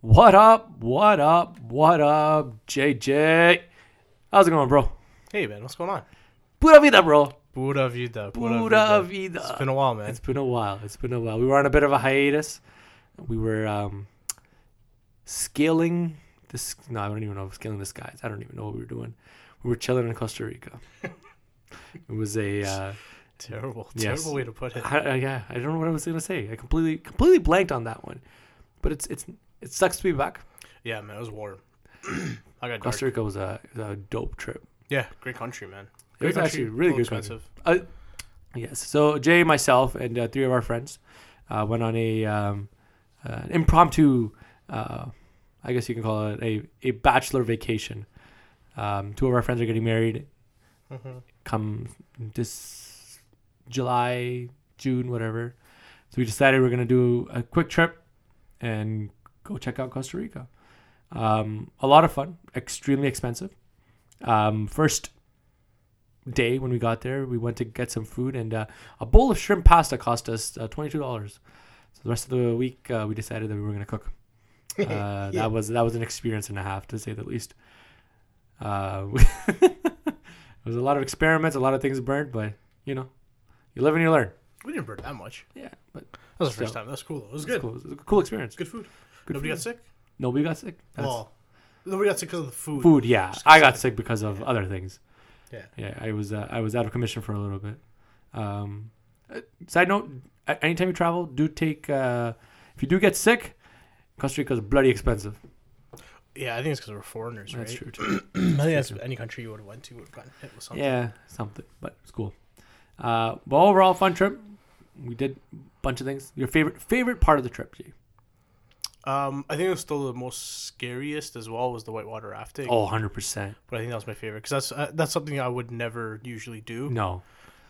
What up? What up? What up, JJ? How's it going, bro? Hey man, what's going on? Pura vida, bro. Pura vida. Pura vida. vida. It's been a while, man. It's been a while. It's been a while. We were on a bit of a hiatus. We were um, scaling this. No, I don't even know if scaling the skies. I don't even know what we were doing. We were chilling in Costa Rica. it was a. Uh, Terrible, Yes. terrible way to put it. I, I, yeah, I don't know what I was gonna say. I completely completely blanked on that one. But it's it's it sucks to be back. Yeah, man, it was warm. I got dark. Costa Rica was a, was a dope trip. Yeah, great country, man. It was Great actually a country, really little good country. Uh, yes. So Jay, myself, and uh, three of our friends uh, went on a um, uh, impromptu, uh, I guess you can call it a, a bachelor vacation. Um, two of our friends are getting married Mhm. come this July, June, whatever. So we decided we're gonna do a quick trip and go check out Costa Rica. Um, a lot of fun, extremely expensive. Um, first day when we got there, we went to get some food, and uh, a bowl of shrimp pasta cost us uh, twenty two dollars. So the rest of the week, uh, we decided that we were gonna cook. Uh, That was that was an experience and a half, to say the least. Uh, There was a lot of experiments, a lot of things burned, but you know, you live and you learn. We didn't burn that much. Yeah, but it's That was the first So- time. That was cool. Though. It was good. cool. It was a cool experience. It's good food. Good Nobody food. got sick. Nobody got sick. That's well, nobody got sick because of the food. food. Yeah, Just I got something. sick because of other things. Yeah. yeah. I was uh, I was out of commission for a little bit. Um, uh, side note: a- anytime you travel, do take uh, if you do get sick, Costa Rica is bloody expensive. Yeah, I think it's because we're foreigners, That's right? true too. I think that's any country you would have went to would have gotten hit with something. Yeah, something. But it's cool. Uh, but overall, fun trip. We did a bunch of things. Your favorite favorite part of the trip, Jay? Um, I think it was still the most scariest as well was the whitewater rafting. Oh, 100 percent. But I think that was my favorite because that's uh, that's something I would never usually do. No,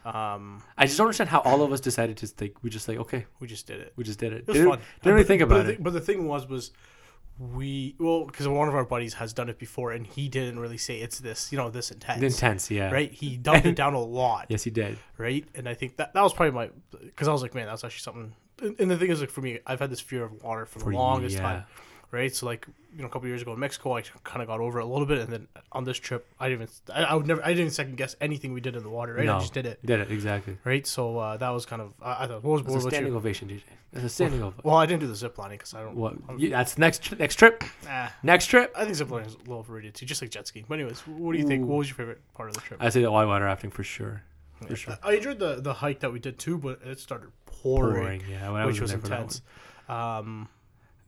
Um, I just don't understand how all of us decided to think we just like okay, we just did it. we just did it. It was didn't, fun. Didn't really think But about the, it. But the thing was, was we well because one of our buddies has done it before, and he didn't really say it's this, you know, this intense, Intense, yeah. right? He dumbed it down a lot, Yes, he did. right? And I think that that was probably my because I was like, man, that's actually something. And, and the thing is, like for me, I've had this fear of water for, For the longest yeah. time, right? So like you know, a couple years ago in Mexico, I kind of got over it a little bit, and then on this trip, I didn't. Even, I, I would never. I didn't second guess anything we did in the water, right? No, I just did it. Did it exactly. Right, so uh, that was kind of I, I thought what was, It's a what was standing you? ovation, DJ. It's a standing ovation. Well, I didn't do the zip lining because I don't. What? you- that's next tri- next trip. Ah. Next trip. I think zip lining is a little overrated too, just like jet skiing. But anyways, what do you think? Ooh. What was your favorite part of the trip? I say that white water rafting for sure. For sure. I enjoyed the the hike that we did too, but it started pouring, Boring. Yeah, when I which was was in there for that one. intense. Um,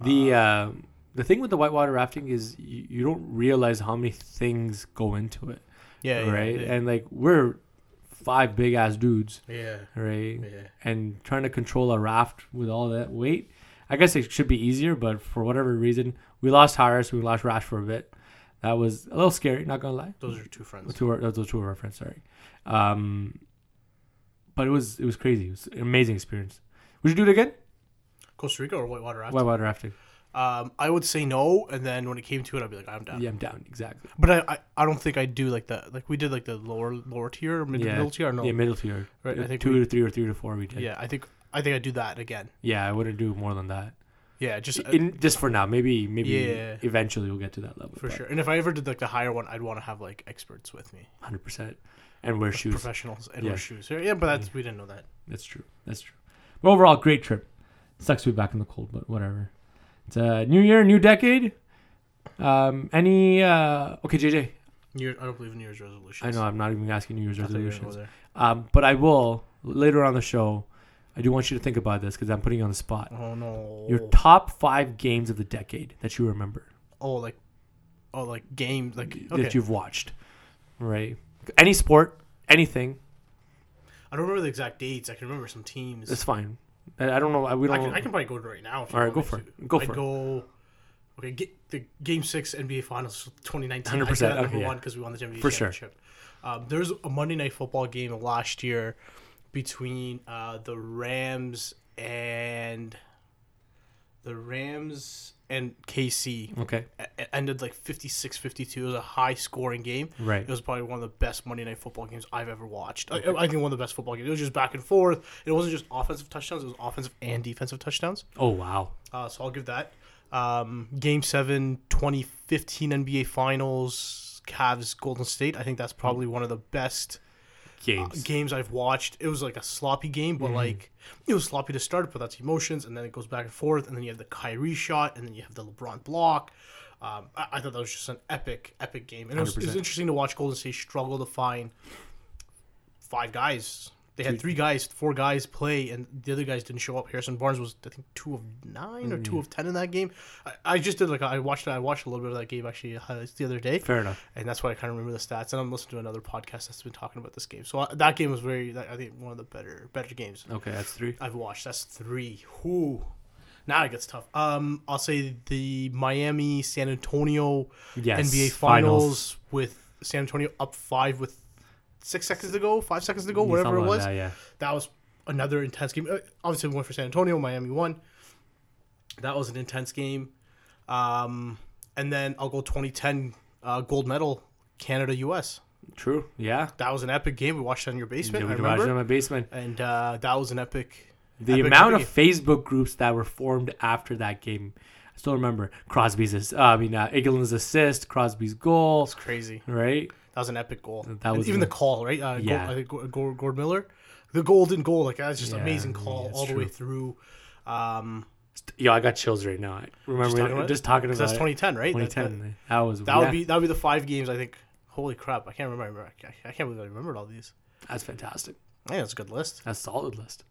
The uh, the thing with the whitewater rafting is you, you don't realize how many things go into it, yeah, yeah, right? Yeah, And like we're five big ass dudes, yeah, right? yeah. and trying to control a raft with all that weight. I guess it should be easier, but for whatever reason, we lost Harris, we lost Rash for a bit. That was a little scary, not gonna lie. Those are two friends. Two, of our- those two of our friends, sorry. Um, but it was it was crazy. It was an amazing experience. Would you do it again? Costa Rica or whitewater rafting? Whitewater rafting. Um, I would say no, and then when it came to it, I'd be like, I'm down. Yeah, I'm down. Exactly. But I, I, I don't think I do like the like we did like the lower lower tier, or mid, Yeah. middle tier. Or no, Yeah, middle tier. Right, I think two we- to three or three to four. We did. yeah, I think I think I do that again. Yeah, I wouldn't do more than that. Yeah, just uh, In, just for now, maybe maybe Yeah. eventually we'll get to that level. for sure. And if I ever did like the higher one, I'd want to have like experts with me. Hundred percent. And wear shoes. professionals and Yeah. wear shoes. Yeah, but that's we didn't know that. That's true. That's true. But overall, great trip. Sucks to be back in the cold, but whatever. It's a new year, new decade. Um, any uh, okay, JJ. New Year, I don't believe in New Year's resolutions. I know I'm not even asking New Year's I thought you were gonna go resolutions, there. um, but I will later on the show. I do want you to think about this because I'm putting you on the spot. Oh no. Your top five games of the decade that you remember oh like, oh like game like that okay. you've watched, right? Any sport, anything, I don't remember the exact dates. I can remember some teams. it's fine. I, I don't know. I, we I don't. can, I can probably go to right now. If All right, want go me for to. it. Go I'd for it. go. Okay, get the Game Six NBA Finals 2019. 100%, I got number okay, yeah. one because we won the NBA For sure. championship. Um, there's a Monday Night Football game last year between uh, the Rams and the Rams and KC. okay. It e, ended like 56-52. It was a high scoring game. Right. It was probably one of the best Monday Night Football games I've ever watched. I, I think one of the best football games. It was just back and forth. It wasn't just offensive touchdowns. It was offensive and defensive touchdowns. Oh wow. Uh, so I'll give that. Um, game 7, 2015 NBA Finals, Cavs, Golden State. I think that's probably one of the best uh, Games. Mm-hmm. games I've watched. It was like a sloppy game, but like it was sloppy to start, but that's emotions, and then it goes back and forth, and then you have the Kyrie shot, and then you have the LeBron block. Um, I, I thought that was just an epic, epic game, and it was, it was 100%. interesting to watch Golden State struggle to find five guys. They had three guys, four guys play, and the other guys didn't show up. Harrison Barnes was, I think, two of nine or Mm. two of ten in that game. I, I just did like I watched, I watched a little bit of that game actually highlights the other day Fair enough. and that's why I kind of remember the stats. And I'm listening to another podcast that's been talking about this game. So uh, that game was very, that- I think, one of the better better games Okay, that's three. I've watched. That's three. Whoo, now it gets tough. Um, I'll say the Miami San Antonio Yes, NBA finals, with San Antonio up five with six seconds to go, five seconds to go, whatever it Something like was. that, yeah. That was another intense game. Uh, Obviously, we went for San Antonio. Miami won. That was an intense game. Um, and then I'll go 2010 uh, gold medal, Canada US. True. Yeah. That was an epic game. We watched it in your basement. Yeah, I we watched it in remember. my basement. And uh, that was an epic. The epic, amount of epic Facebook groups that were formed after that game, I still remember Crosby's. ass- Uh, I mean, uh, Igelin's assist, Crosby's goal, It's crazy. right? That was an epic goal. That And was even an- the call, right? Uh, Yeah. Gold, I think Go- Go- Gord Miller, the golden goal. Like that's just Yeah, amazing call yeah, it's all the way true. through. Um, Yo, I got chills right now. I remember Just just talking talking, about it? just talking 'cause about that's it. 2010, right? That- 2010. That, was That would be that would be the five games I think. Holy crap! I can't remember. I can't- I can't believe I remembered all these. that's fantastic. Man, that's a good list. That's a solid list.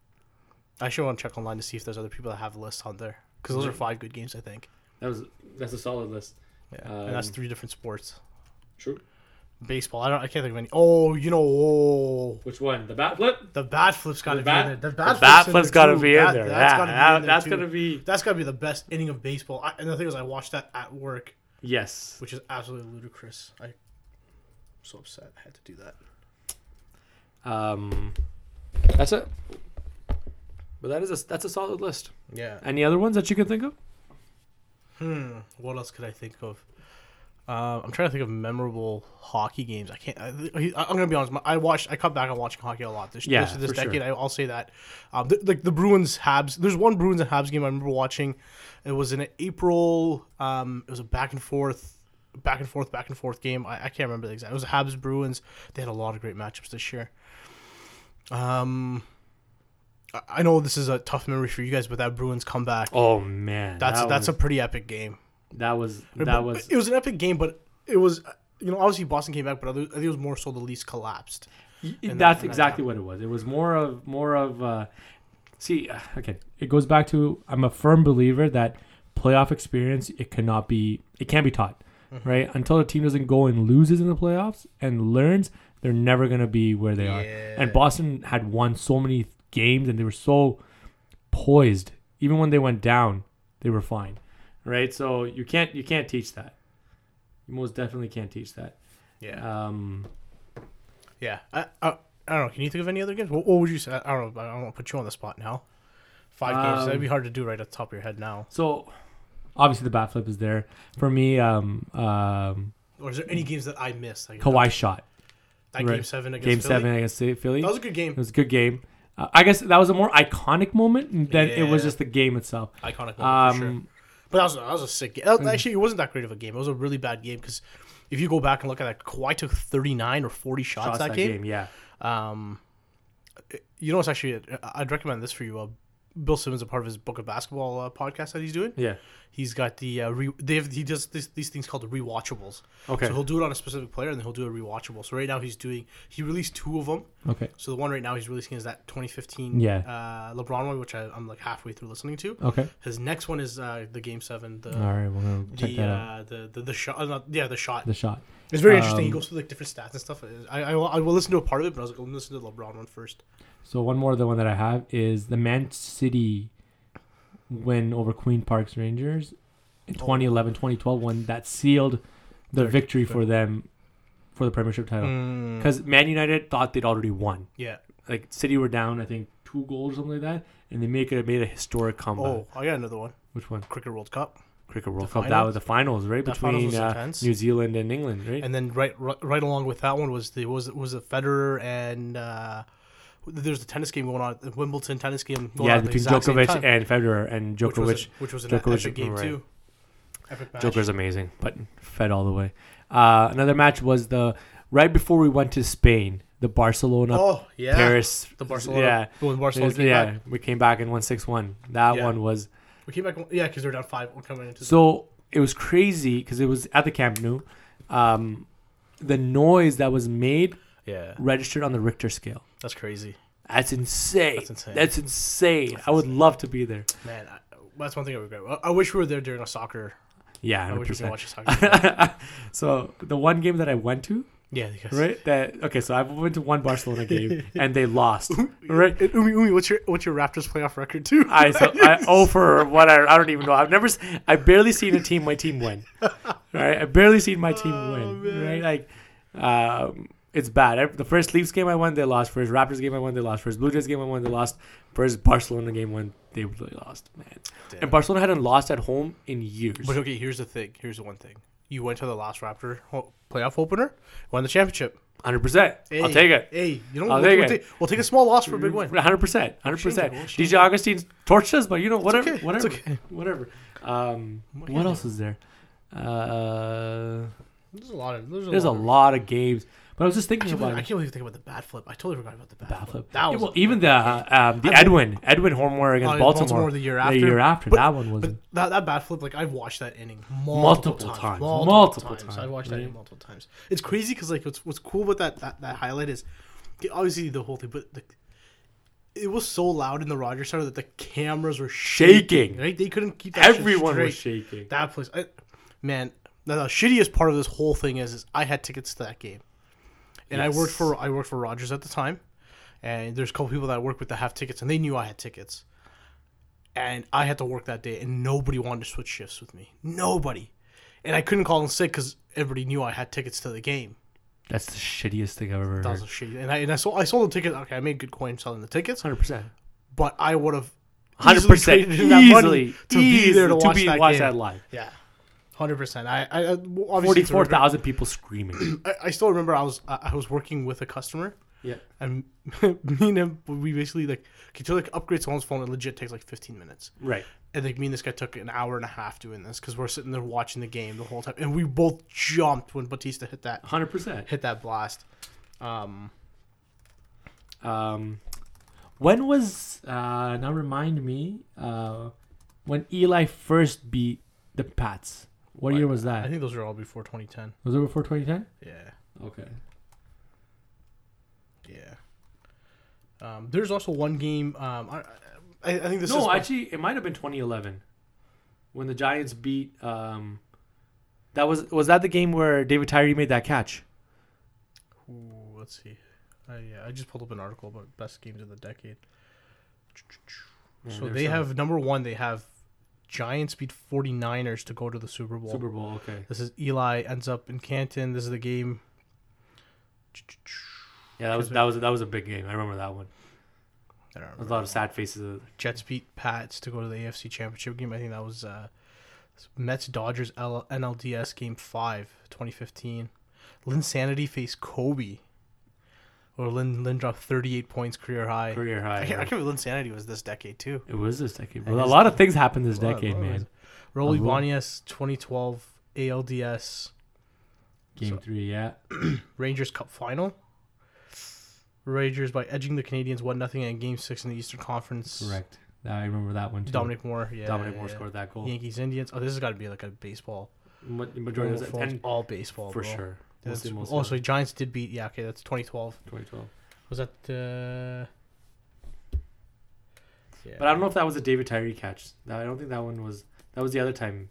I should want to check online to see if there's other people that have lists on there because Mm. those are five good games I think. That was that's a solid list. Yeah, and that's Um, three different sports. True. Baseball. I don't. I can't think of any. Oh, you know. Oh, Which one? The bat flip. the bat flip's got to The be bat- in there. The The bat, bat in flip's there, got to too. be in That- there. That's yeah, gotta be that- in there, that's too. gonna be That's gotta be the best inning of baseball. I, and the thing is, I watched that at work, yes. which is absolutely ludicrous. I, I'm so upset. I had to do that. Um, that's it. But that is a that's a solid list. Yeah. Any other ones that you can think of? Hmm. What else could I think of? Um, I'm trying to think of memorable hockey games. I can't. I, I, I'm gonna be honest. My, I watched. I cut back on watching hockey a lot this Yeah, this, this for sure. decade. I, I'll say that. Um, th- like the Bruins Habs. There's one Bruins and Habs game I remember watching. It was in April. Um, it was a back and forth, back and forth, back and forth game. I, I can't remember the exact. It was Habs Bruins. They had a lot of great matchups this year. Um, I, I know this is a tough memory for you guys, but that Bruins comeback. Oh man, that's that that's was, a pretty epic game. that was But that was it was an epic game, but it was you know obviously Boston came back, but other, I think it was more so the Leafs collapsed. Y- in that- that's in that exactly what it was. It was more of more of uh, see uh, again. It goes back to I'm a firm believer that playoff experience it cannot be it can't be taught, Mm-hmm. right? Until a team doesn't go and loses in the playoffs and learns, they're never gonna be where they are. Yeah. And Boston had won so many games and they were so poised. Even when they went down, they were fine, right? So you can't you can't teach that. You most definitely can't teach that. Yeah, Um, Uh, yeah. I, I, I don't know. Can you think of any other games? What, what would you say? I don't know. I don't want to put you on the spot now. Five games. Um, That'd be hard to do right at the top of your head now. So obviously the bat flip is there. For me, um, um, Or is there any games that I missed? Like Kawhi shot that right. game seven against game Philly? seven Mm. against Philly. That was It a good game. was a good game. Uh, I guess that was a more iconic moment than it was Yeah. just the game itself. Um, Iconic moment mm. for sure. But that was, that was a sick game. That- Actually, it wasn't that great of a game. It was a really bad game because if you go back and look at that, Kawhi took thirty nine or forty shots, shots that, that game. game, yeah. Um, you know, it's actually I- I'd recommend this for you. Uh, Bill Simmons, a part of his book of basketball uh, podcast that he's doing, Yeah. he's got the uh, re- they have, he does this, these things called rewatchables. Okay. So he'll do it on a specific player, and then he'll do a rewatchable. So right now he's doing he released two of them. Okay. So the one right now he's releasing is that 2015 Yeah. uh, LeBron one, which I, I'm like halfway through listening to. Okay. His next one is uh, the Game Seven, the All right. We're gonna check the, that out. uh, the the the shot, uh, not- yeah, the shot. The shot. It's very interesting. He Um, goes through like different stats and stuff. I, I, I will listen to a part of it, but I was like, let me listen to the LeBron one first. So one more, the one that I have is the Man City win over Queen Park's Rangers in Oh. 2011, 2012, one that sealed the victory for them for the Premiership title. Mm. because Man United thought they'd already won. Hmm, Yeah. Like City were down, I think two goals or something like that, and they make it made a historic comeback. Oh, I got another one. Which one? Cricket World Cup. Cricket World The Cup. That finals? was the finals, right? That finals Between was uh, intense. New Zealand and England, right? And then right, right right along with that one was the was was a Federer and uh, there's the tennis game going on, the Wimbledon tennis game. Going yeah, on at the between exact same Djokovic time, and Federer, and which was, Djokovic. a, which was an Djokovic- epic game right. too. Epic match. Joker's amazing, but fed all the way. Uh, another match was the right before we went to Spain, the Barcelona Oh yeah. Paris. The Barcelona. Yeah. The one Barcelona. There's- came yeah, Back. we came back and won six one. That Yeah. one was We came back. Yeah, because they're down five coming into. so it was crazy because it was at the Camp Nou. Um, the noise that was made the, yeah. registered on the Richter scale. That's crazy, That's insane. That's insane. That's insane. I would love to be there. man. I, that's one thing I regret. I, I wish we were there during a soccer. Yeah, I wish we 100%. could watch a soccer. so the one game that I went to, yeah. Because, right? That okay. So I went to one Barcelona game and they lost, right? And Umi, Umi, what's your what's your Raptors playoff record too? I so I oh for what I, I don't even know. I've never s- I barely seen a team my team win, right? I barely seen my team Oh, win, right? Like, um, it's bad. I, the first Leafs game I won, they lost. First Raptors game I won, they lost. First Blue Jays game I won, they lost. First Barcelona game won, they really lost, man. Damn. And Barcelona hadn't lost at home in years. But okay, here's the thing. Here's the one thing. You went to the last Raptor ho- playoff opener, won the championship. Hundred percent. I'll Hey, take it. Hey, you know I'll what? We'll, take we'll, it. take, we'll take a small loss for a big win. 100 percent, 100 percent. Shame, shame. DJ Augustine torched us, but you know whatever, okay, whatever, it's okay. whatever. Um, What what, can you else is there? Uh, There's a lot of there's a lot of games, but I was just I thinking can't, believe, about I it. can't believe you think about the bad flip. I totally forgot about the bad, Bat flip. flip. That was Yeah, well, even the uh, um, the I- Edwin Edwin homer against Oh, Baltimore, the year after. But- that one was But that, that bad flip, like I've watched that inning multiple, Multiple times, times, multiple, multiple times. times, I've watched that right? inning multiple times. It's crazy because like what's what's cool about that that, that highlight is okay, obviously the whole thing, but like it was so loud in the Rogers Center that the cameras were shaking. Shaking. Right, they couldn't keep that shit everyone was straight. shaking. That place, I, man. The, the shittiest part of this whole thing is, is I had tickets to that game, and I worked Yes. for I worked for Rogers at the time, and there's a couple people that I work with that have tickets, and they knew I had tickets, and I had to work that day, and nobody wanted to switch shifts with me, nobody, and I couldn't call in sick because everybody knew I had tickets to the game. That's the shittiest thing I've ever That was heard. a shitty, and I and I sold I sold the ticket. Okay, I made good coin selling the tickets, Hundred percent, but I would have. hundred percent, traded in that money easily to be there to easily watch that game. live. Yeah, hundred percent. I, I uh, obviously it's a Forty-four regret- thousand people screaming. I, I still remember I was I I was working with a customer yeah, and me and him we basically like okay, to like upgrade someone's phone it legit takes like 15 minutes right. and like me and this guy took an hour and a half doing this because we're sitting there watching the game the whole time and we both jumped when Batista hit that Hundred percent. hit that blast um Um, when was uh, now remind me uh, when Eli first beat the Pats? What year was I that? think those are all before 2010 Was it before 2010? yeah Okay. yeah um there's also one game um I, I, I think this is no, actually, it might have been 2011 when the Giants beat. Um, that was was that the game where David Tyree made that catch? Ooh, let's see I, yeah, I just pulled up an article about best games of the decade Yeah, So I never they saw have number one, they have Giants beat 49ers to go to the Super that. Bowl. Super Bowl. Okay. This is Eli ends up in Canton. This is the game. Yeah, that was that was that was a big game. I remember that one. I don't There was remember. a lot of sad faces. uh, Jets beat Pats to go to the AFC Championship game. I think that was uh, Mets Dodgers L- NLDS game 5, 2015. Lynn Sanity faced Kobe. Or Lynn, Lynn dropped 38 points, career high. Career high. I can't, I can't believe Lynn Sanity was this decade, too. It was this decade. It Well, a is- lot of things happened this Wow, decade, wow. man. Raul Unbelievable. Ibanez, 2012 ALDS. Game three, yeah. Rangers Cup final. Rangers by edging the Canadians one 0 in Game Six in the Eastern Conference. Correct. I remember that one too. Dominic Moore, yeah. Dominic Moore yeah. scored that goal. Yankees Indians. Oh, this has got to be like a baseball. Ma- Majority was Full- and all baseball for bro. sure. That's, Mostly- oh, so mostly Giants did beat. Yeah, okay, that's 2012. 2012. Was that? Uh, yeah. But I don't know if that was a David Tyree catch. That- I don't think that one was. That was the other time.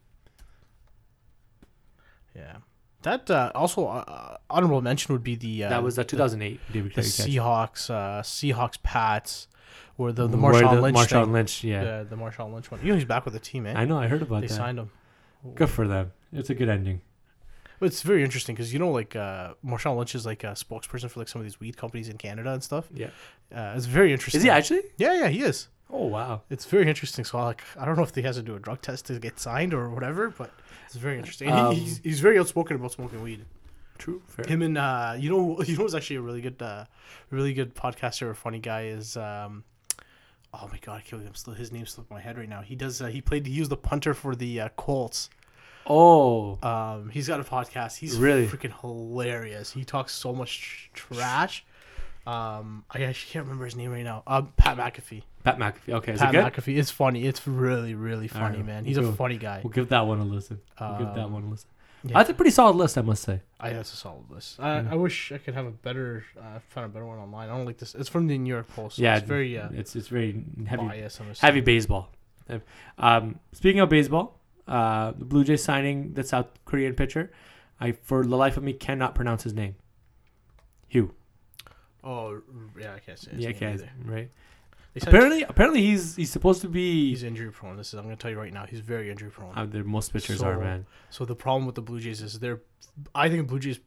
Yeah. That uh, also uh, honorable mention would be the uh, that was a 2008 David the Tyree catch. Seahawks uh, Seahawks Pats, where the the Where Marshawn Lynch Marshawn thing. Lynch. Yeah. Yeah, the Marshawn Lynch one. You know he's back with the team, man. I know. I heard about they that. signed him. Good for them. It's a good ending. But it's very interesting because you know, like uh, Marshawn Lynch is like a spokesperson for like some of these weed companies in Canada and stuff. Yeah. Uh, it's very interesting. Is he actually? Yeah, yeah, he is. Oh wow. It's very interesting. So like, I don't know if he has to do a drug test to get signed or whatever, but it's very interesting. And Um, he, he's, he's very outspoken about smoking weed. True. Fair. Him and uh, you know, you know, who's actually a really good, uh, really good podcaster, a funny guy is. Um, oh my god, I can't believe I'm still, his name slipped my head right now. He does. Uh, he played. He was the punter for the uh, Colts. Oh, Um, he's got a podcast. He's Really? freaking hilarious. He talks so much tr- trash. Um, I actually can't remember his name right now. Um, Pat McAfee. Pat McAfee. Okay, is Pat it good? McAfee. It's funny. It's really, really funny, right, man. we'll He's go. a funny guy. We'll give that one a listen. We'll give that Um, one a listen. yeah. That's a pretty solid list, I must say. I that's a solid list. I, I wish I could have a better. uh, I found a better one online. I don't like this. It's from the New York Post. So yeah, it's very uh, it's it's very heavy biased. I'm assuming. heavy baseball. Um, speaking of baseball, uh, the Blue Jays signing the South Korean pitcher. I for the life of me cannot pronounce his name. Hugh. Oh yeah, I can't say. His yeah, yeah, I name can't. can't- Either. right. They said Apparently, apparently he's he's supposed to be. he's injury prone. This is. I'm gonna tell you right now. He's very injury prone. Out there, most pitchers are So- man. So the problem with the Blue Jays is they're. I think Blue Jays,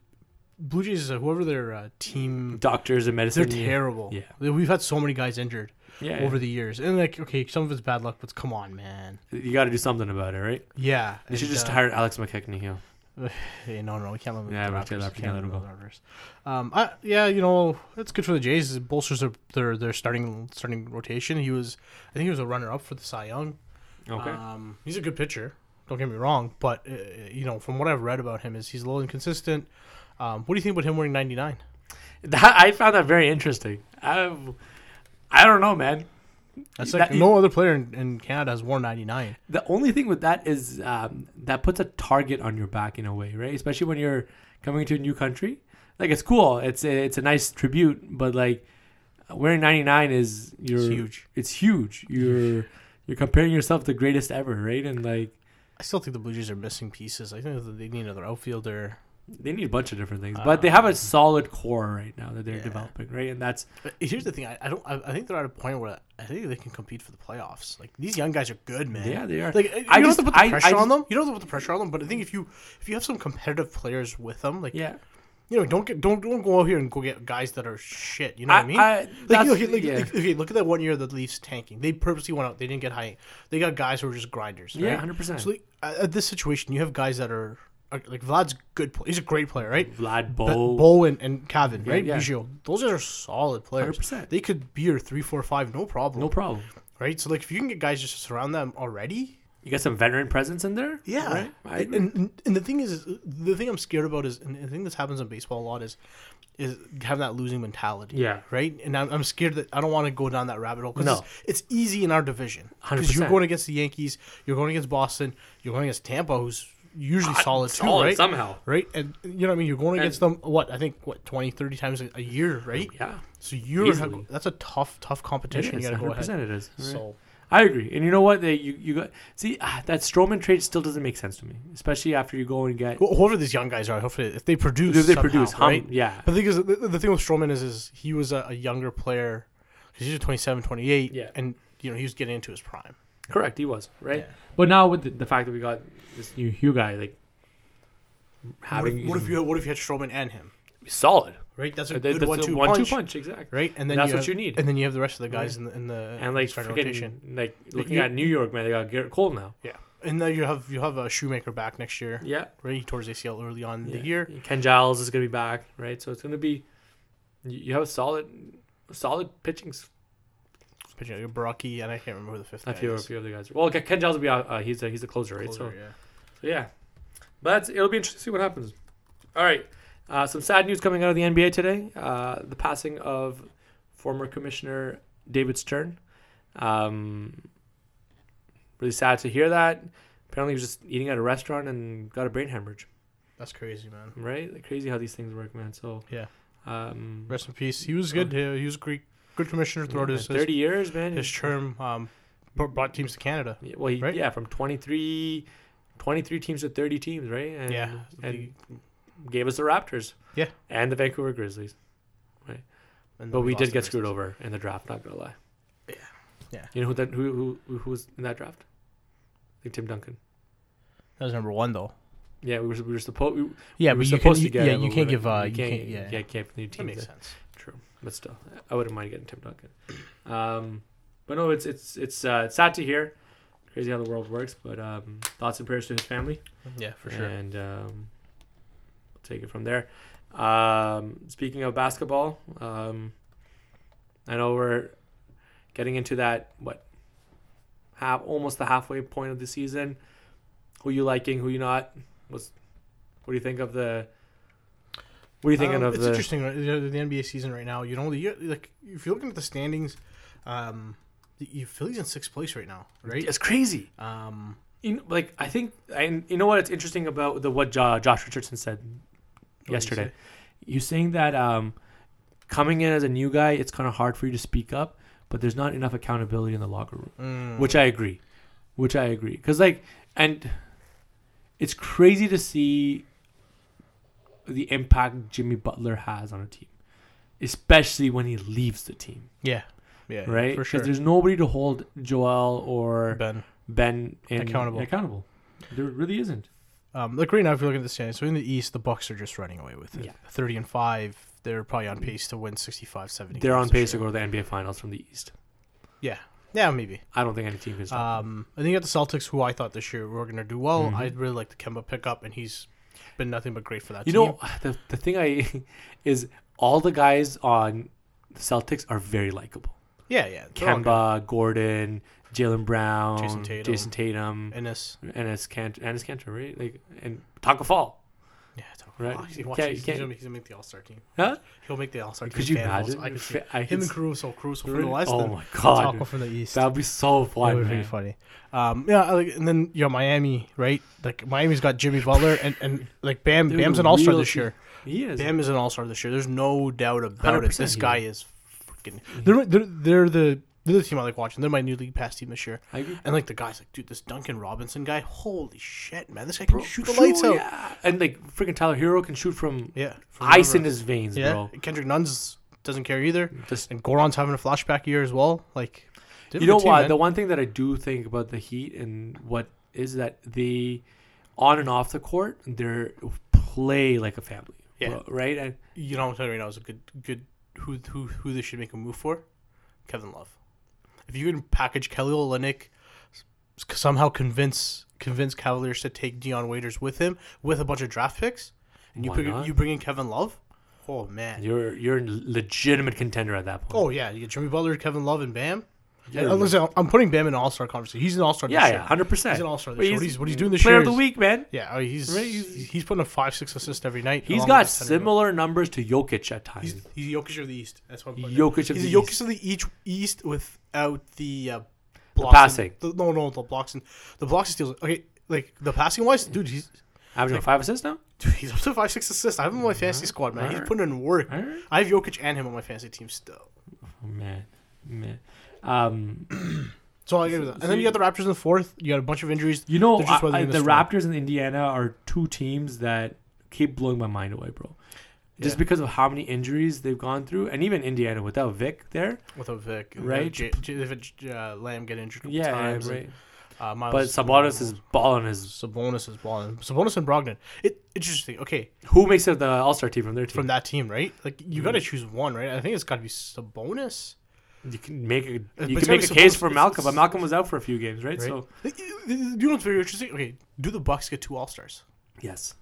Blue Jays is whoever their uh, team. Doctors and They're medicine. terrible. Yeah. They- We've had so many guys injured yeah, over the years, and like, okay, some of it's bad luck, but come on, man. you got to do something about it, right? Yeah. They should and, just uh, hire Alex McKechnie here. Hey, no, no, we can't live with Yeah, the we can't- Raptors. we We can't can't live let 'em with the Raptors. Um, I, yeah, you know, it's good for the Jays. It bolsters their, their their starting starting rotation. He was, I think, he was a runner up for the Cy Young. Okay. Um, he's a good pitcher. Don't get me wrong, but uh, you know, from what I've read about him, is he's a little inconsistent. Um, what do you think about him wearing ninety nine? That, I found that very interesting. I, I don't know, man. That's That- like no other player in, in Canada has worn ninety nine. The only thing with that is um, that puts a target on your back in a way, right? Especially when you're coming to a new country. Like it's cool. It's a, it's a nice tribute, but like wearing 99 is you're huge. It's huge. You're you're comparing yourself to the greatest ever, right? And like I still think the Blue Jays are missing pieces. I think that they need another outfielder. they need a bunch of different things, but they have a solid core right now that they're Uh, Yeah. developing, right? And that's But here's the thing: I, I don't. I, I think they're at a point where I think they can compete for the playoffs. Like these young guys are good, man. yeah, they are. Like you I don't just- have to put the I- I pressure just- on them. You don't have to put the pressure on them. But I think if you if you have some competitive players with them, like yeah. you know, don't get don't don't go out here and go get guys that are shit. You know what I mean? I- like, that's- you know, okay, like, yeah. like, okay, look at that one year the Leafs tanking. They purposely went out. They didn't get high. They got guys who were just grinders. Yeah, right? 100%. So like, at at this situation, you have guys that are, are like Vlad's a good. Play. He's a great player, right? Vlad Bo, Bo, and, and Kevin, right? yeah. Biggio. Those guys are solid players. 100%. They could be your three, four, five, no problem. no problem. Right? So like, if you can get guys just to surround them already, You got some veteran presence in there. yeah. right? I And, agree. and and the thing is, is the thing I'm scared about is, and the thing this happens in baseball a lot is, is having that losing mentality. Yeah. Right. And I'm, I'm scared that I don't want to go down that rabbit hole because No. it's, it's easy in our division 100%. because you're going against the Yankees, you're going against Boston, you're going against Tampa, who's usually solid, Ah, solid too, right? somehow. Right. And you know what I mean? You're going against them. What I think what 20, 30 times a, a year, right? Oh, Yeah. So you're Easily. that's a tough, tough It competition. is, You got to go ahead. 100% it is. Right. So I agree, and you know what? They, you you got see ah, that Strowman trade still doesn't make sense to me, especially after you go and get wh- whoever these young guys are, hopefully if they produce, if they somehow, produce hum, right? yeah, The thing is, the, the thing with Strowman is, is he was a, a younger player because he's 27, 28, Yeah. and you know he was getting into his prime. correct. He was right, Yeah. but now with the, the fact that we got this new Hugh guy, like What having if, what if you what if you had Strowman and him? solid, Right, that's a That- good that's one-two a punch, exactly. Right, and then That's you what have- you need. and then you have the rest of the guys in the in the And like starting freaking, rotation. like looking you- at New York, man, they got Garrett Cole now. Yeah, and then you have you have a Shoemaker back next year. Yeah, Right, he tore his ACL early on in Yeah. the year. Ken Giles is gonna be back, right? So it's gonna be you you have a solid, solid pitching. s- Pitching like Baraki, and I can't remember who the fifth A guy few, a is. few other guys. Well, Ken Ken Giles will be out. Uh, he's a, he's a closer, right? so Closer, yeah. So, yeah, but that's, it'll be interesting to see what happens. All right, uh, some sad news coming out of the NBA today: uh, the passing of former commissioner David Stern. Um, really sad to hear that. Apparently, he was just eating at a restaurant and got a brain hemorrhage. That's crazy, man. Right, like crazy how these things work, man. So Yeah. um, Rest in peace. He was good. He he was a great, good commissioner throughout his, his thirty years, man. his term. Um, br- brought teams to Canada. Yeah, well, he, right? yeah, from 23, 23 teams to thirty teams, right? And, yeah, and gave us the Raptors. Yeah. and the Vancouver Grizzlies. and But then we lost did get the screwed Grizzlies. over in the draft. Not gonna lie. Yeah. Yeah. You know who that who who, who was in that draft? I think Tim Duncan. That was number one though. Yeah, we were we were supposed. We, Yeah, we were but you supposed can, to get. yeah, it, you but can't we- give. Uh, we you can't. Yeah, yeah, can't from the that team. makes that- sense. True, but still, I wouldn't mind getting Tim Duncan. Um, but no, it's it's it's uh, it's sad to hear. Crazy how the world works, but um, thoughts and prayers to his family. Yeah, for sure. And um, we'll take it from there. Um, speaking of basketball, um, I know we're getting into that what half almost the halfway point of the season. Who you liking? Who you not? What's what do you think of the? What are you thinking Um, of it's the? interesting right? You know, the NBA season right now. You know, the you- like if you're looking at the standings, um, the, you Phillies in sixth place right now, right? It's crazy. Um, You know, like I think, and you know what? It's interesting about the what jo- Josh Richardson said he yesterday. say? You saying that um, coming in as a new guy, it's kind of hard for you to speak up, but there's not enough accountability in the locker room. mm, which I agree, which I agree, because like, and it's crazy to see the impact Jimmy Butler has on a team, especially when he leaves the team, yeah, yeah, right? for Because sure. there's nobody to hold Joel or Ben, Ben in, Accountable. Accountable, there really isn't. um, like right now, if you're looking at the standings, so in the East, the Bucks are just running away with it. Yeah. Thirty and five, they're probably on pace to win 65, 70. They're on games this pace to year. go to the NBA Finals from the East. Yeah, yeah, maybe. I don't think any team can stop. them. Um, and then you got the Celtics, who I thought this year were going to do well. Mhm. I really like the Kemba pickup, and he's been nothing but great for that. you team. know, the the thing I is all the guys on the Celtics are very likable. yeah, yeah, they're all Kemba, Gordon, Jalen Brown, Jason Tatum. Jason Tatum, good. Ennis, and it's Cantor, and it's Cantor, right? Like and Taco Fall. yeah, I don't Right. oh, he's, You watch, can't- you he's, he's can't- gonna, make- he's gonna make the All Star team. Huh? He'll make the All Star team. Could you fan votes. imagine? I could see I him could and s- Caruso, Caruso from really- the West. oh and my god, Taco from the East. that would be so That fun, would be man. funny. Um, yeah, like, and then you know Miami, right? Like Miami's got Jimmy Butler and, and like Bam. They were Bam's the an All Star real this team. year. He is. Bam is an All Star this year. There's no doubt about it. 100% This he guy is freaking. They're, they're they're the they're the team I like watching. They're my new league pass team this year. I agree. And like the guys, like dude, this Duncan Robinson guy. Holy shit, man! This guy can shoot the Shoot, lights out. yeah. And like freaking Tyler Hero can shoot from Yeah, from ice in wherever. his veins, yeah. bro. Kendrick Nunn's doesn't care either. Just And Goron's having a flashback year as well. Like, they have you a know good team, what? man. The one thing that I do think about the Heat and what is that they, on and off the court, they play like a family, Yeah. bro, right? And you know what I'm telling you right now is a good good who who who they should make a move for? Kevin Love. If you can package Kelly Olynyk, s- somehow convince convince Cavaliers to take Dion Waiters with him with a bunch of draft picks, and you Why bring, not? you bring in Kevin Love. Oh man. You're you're a legitimate contender at that point. Oh yeah, you get Jimmy Butler, Kevin Love, and Bam. Yeah, And listen, I'm putting Bam in All Star conversation. He's an All Star. yeah, yeah, hundred percent. Oh, He's an all-star this year. What he's- what he's doing this player year of the is- week, man. Yeah, I mean, he's, Right, he's he's putting up five six assists every night. He's along got with center. similar numbers to Jokic at times. He's, he's Jokic of the East. That's what I'm putting Jokic of He's the a Jokic East. of the each East without the uh, passing. And, the, no, no, the blocks and the blocks and steals. Okay, like the passing wise, dude, he's Averaging five assists now. dude, he's up to five six assists. I have him on my fantasy squad, man. He's alright, putting in work. alright. I have Jokic and him on my fantasy team still. Oh, man, man. Um, So I give it that. And then you got the Raptors in the fourth. You got a bunch of injuries. you know, They're just I- I- weathering the the storm. Raptors and Indiana are two teams that keep blowing my mind away, bro. Just Yeah. because of how many injuries they've gone through, and even Indiana without Vic there, with a Vic, Right. J, J, they've had J- uh, Lamb get injured. a couple yeah, times, yeah, and, right. uh, But Miles- Sabonis is balling his. Sabonis is balling. Sabonis and Brogdon. It it's interesting. Okay, Who makes it Mm. the All Star team from their team? from that team, right? Like you got to choose one, right? I think it's got to be Sabonis. you can make a but you it's can make gotta a be case supposed- for it's- Malcolm, but it's- Malcolm was out for a few games, right? Right. So You know what's very interesting? Okay, do the Bucks get two All Stars? yes,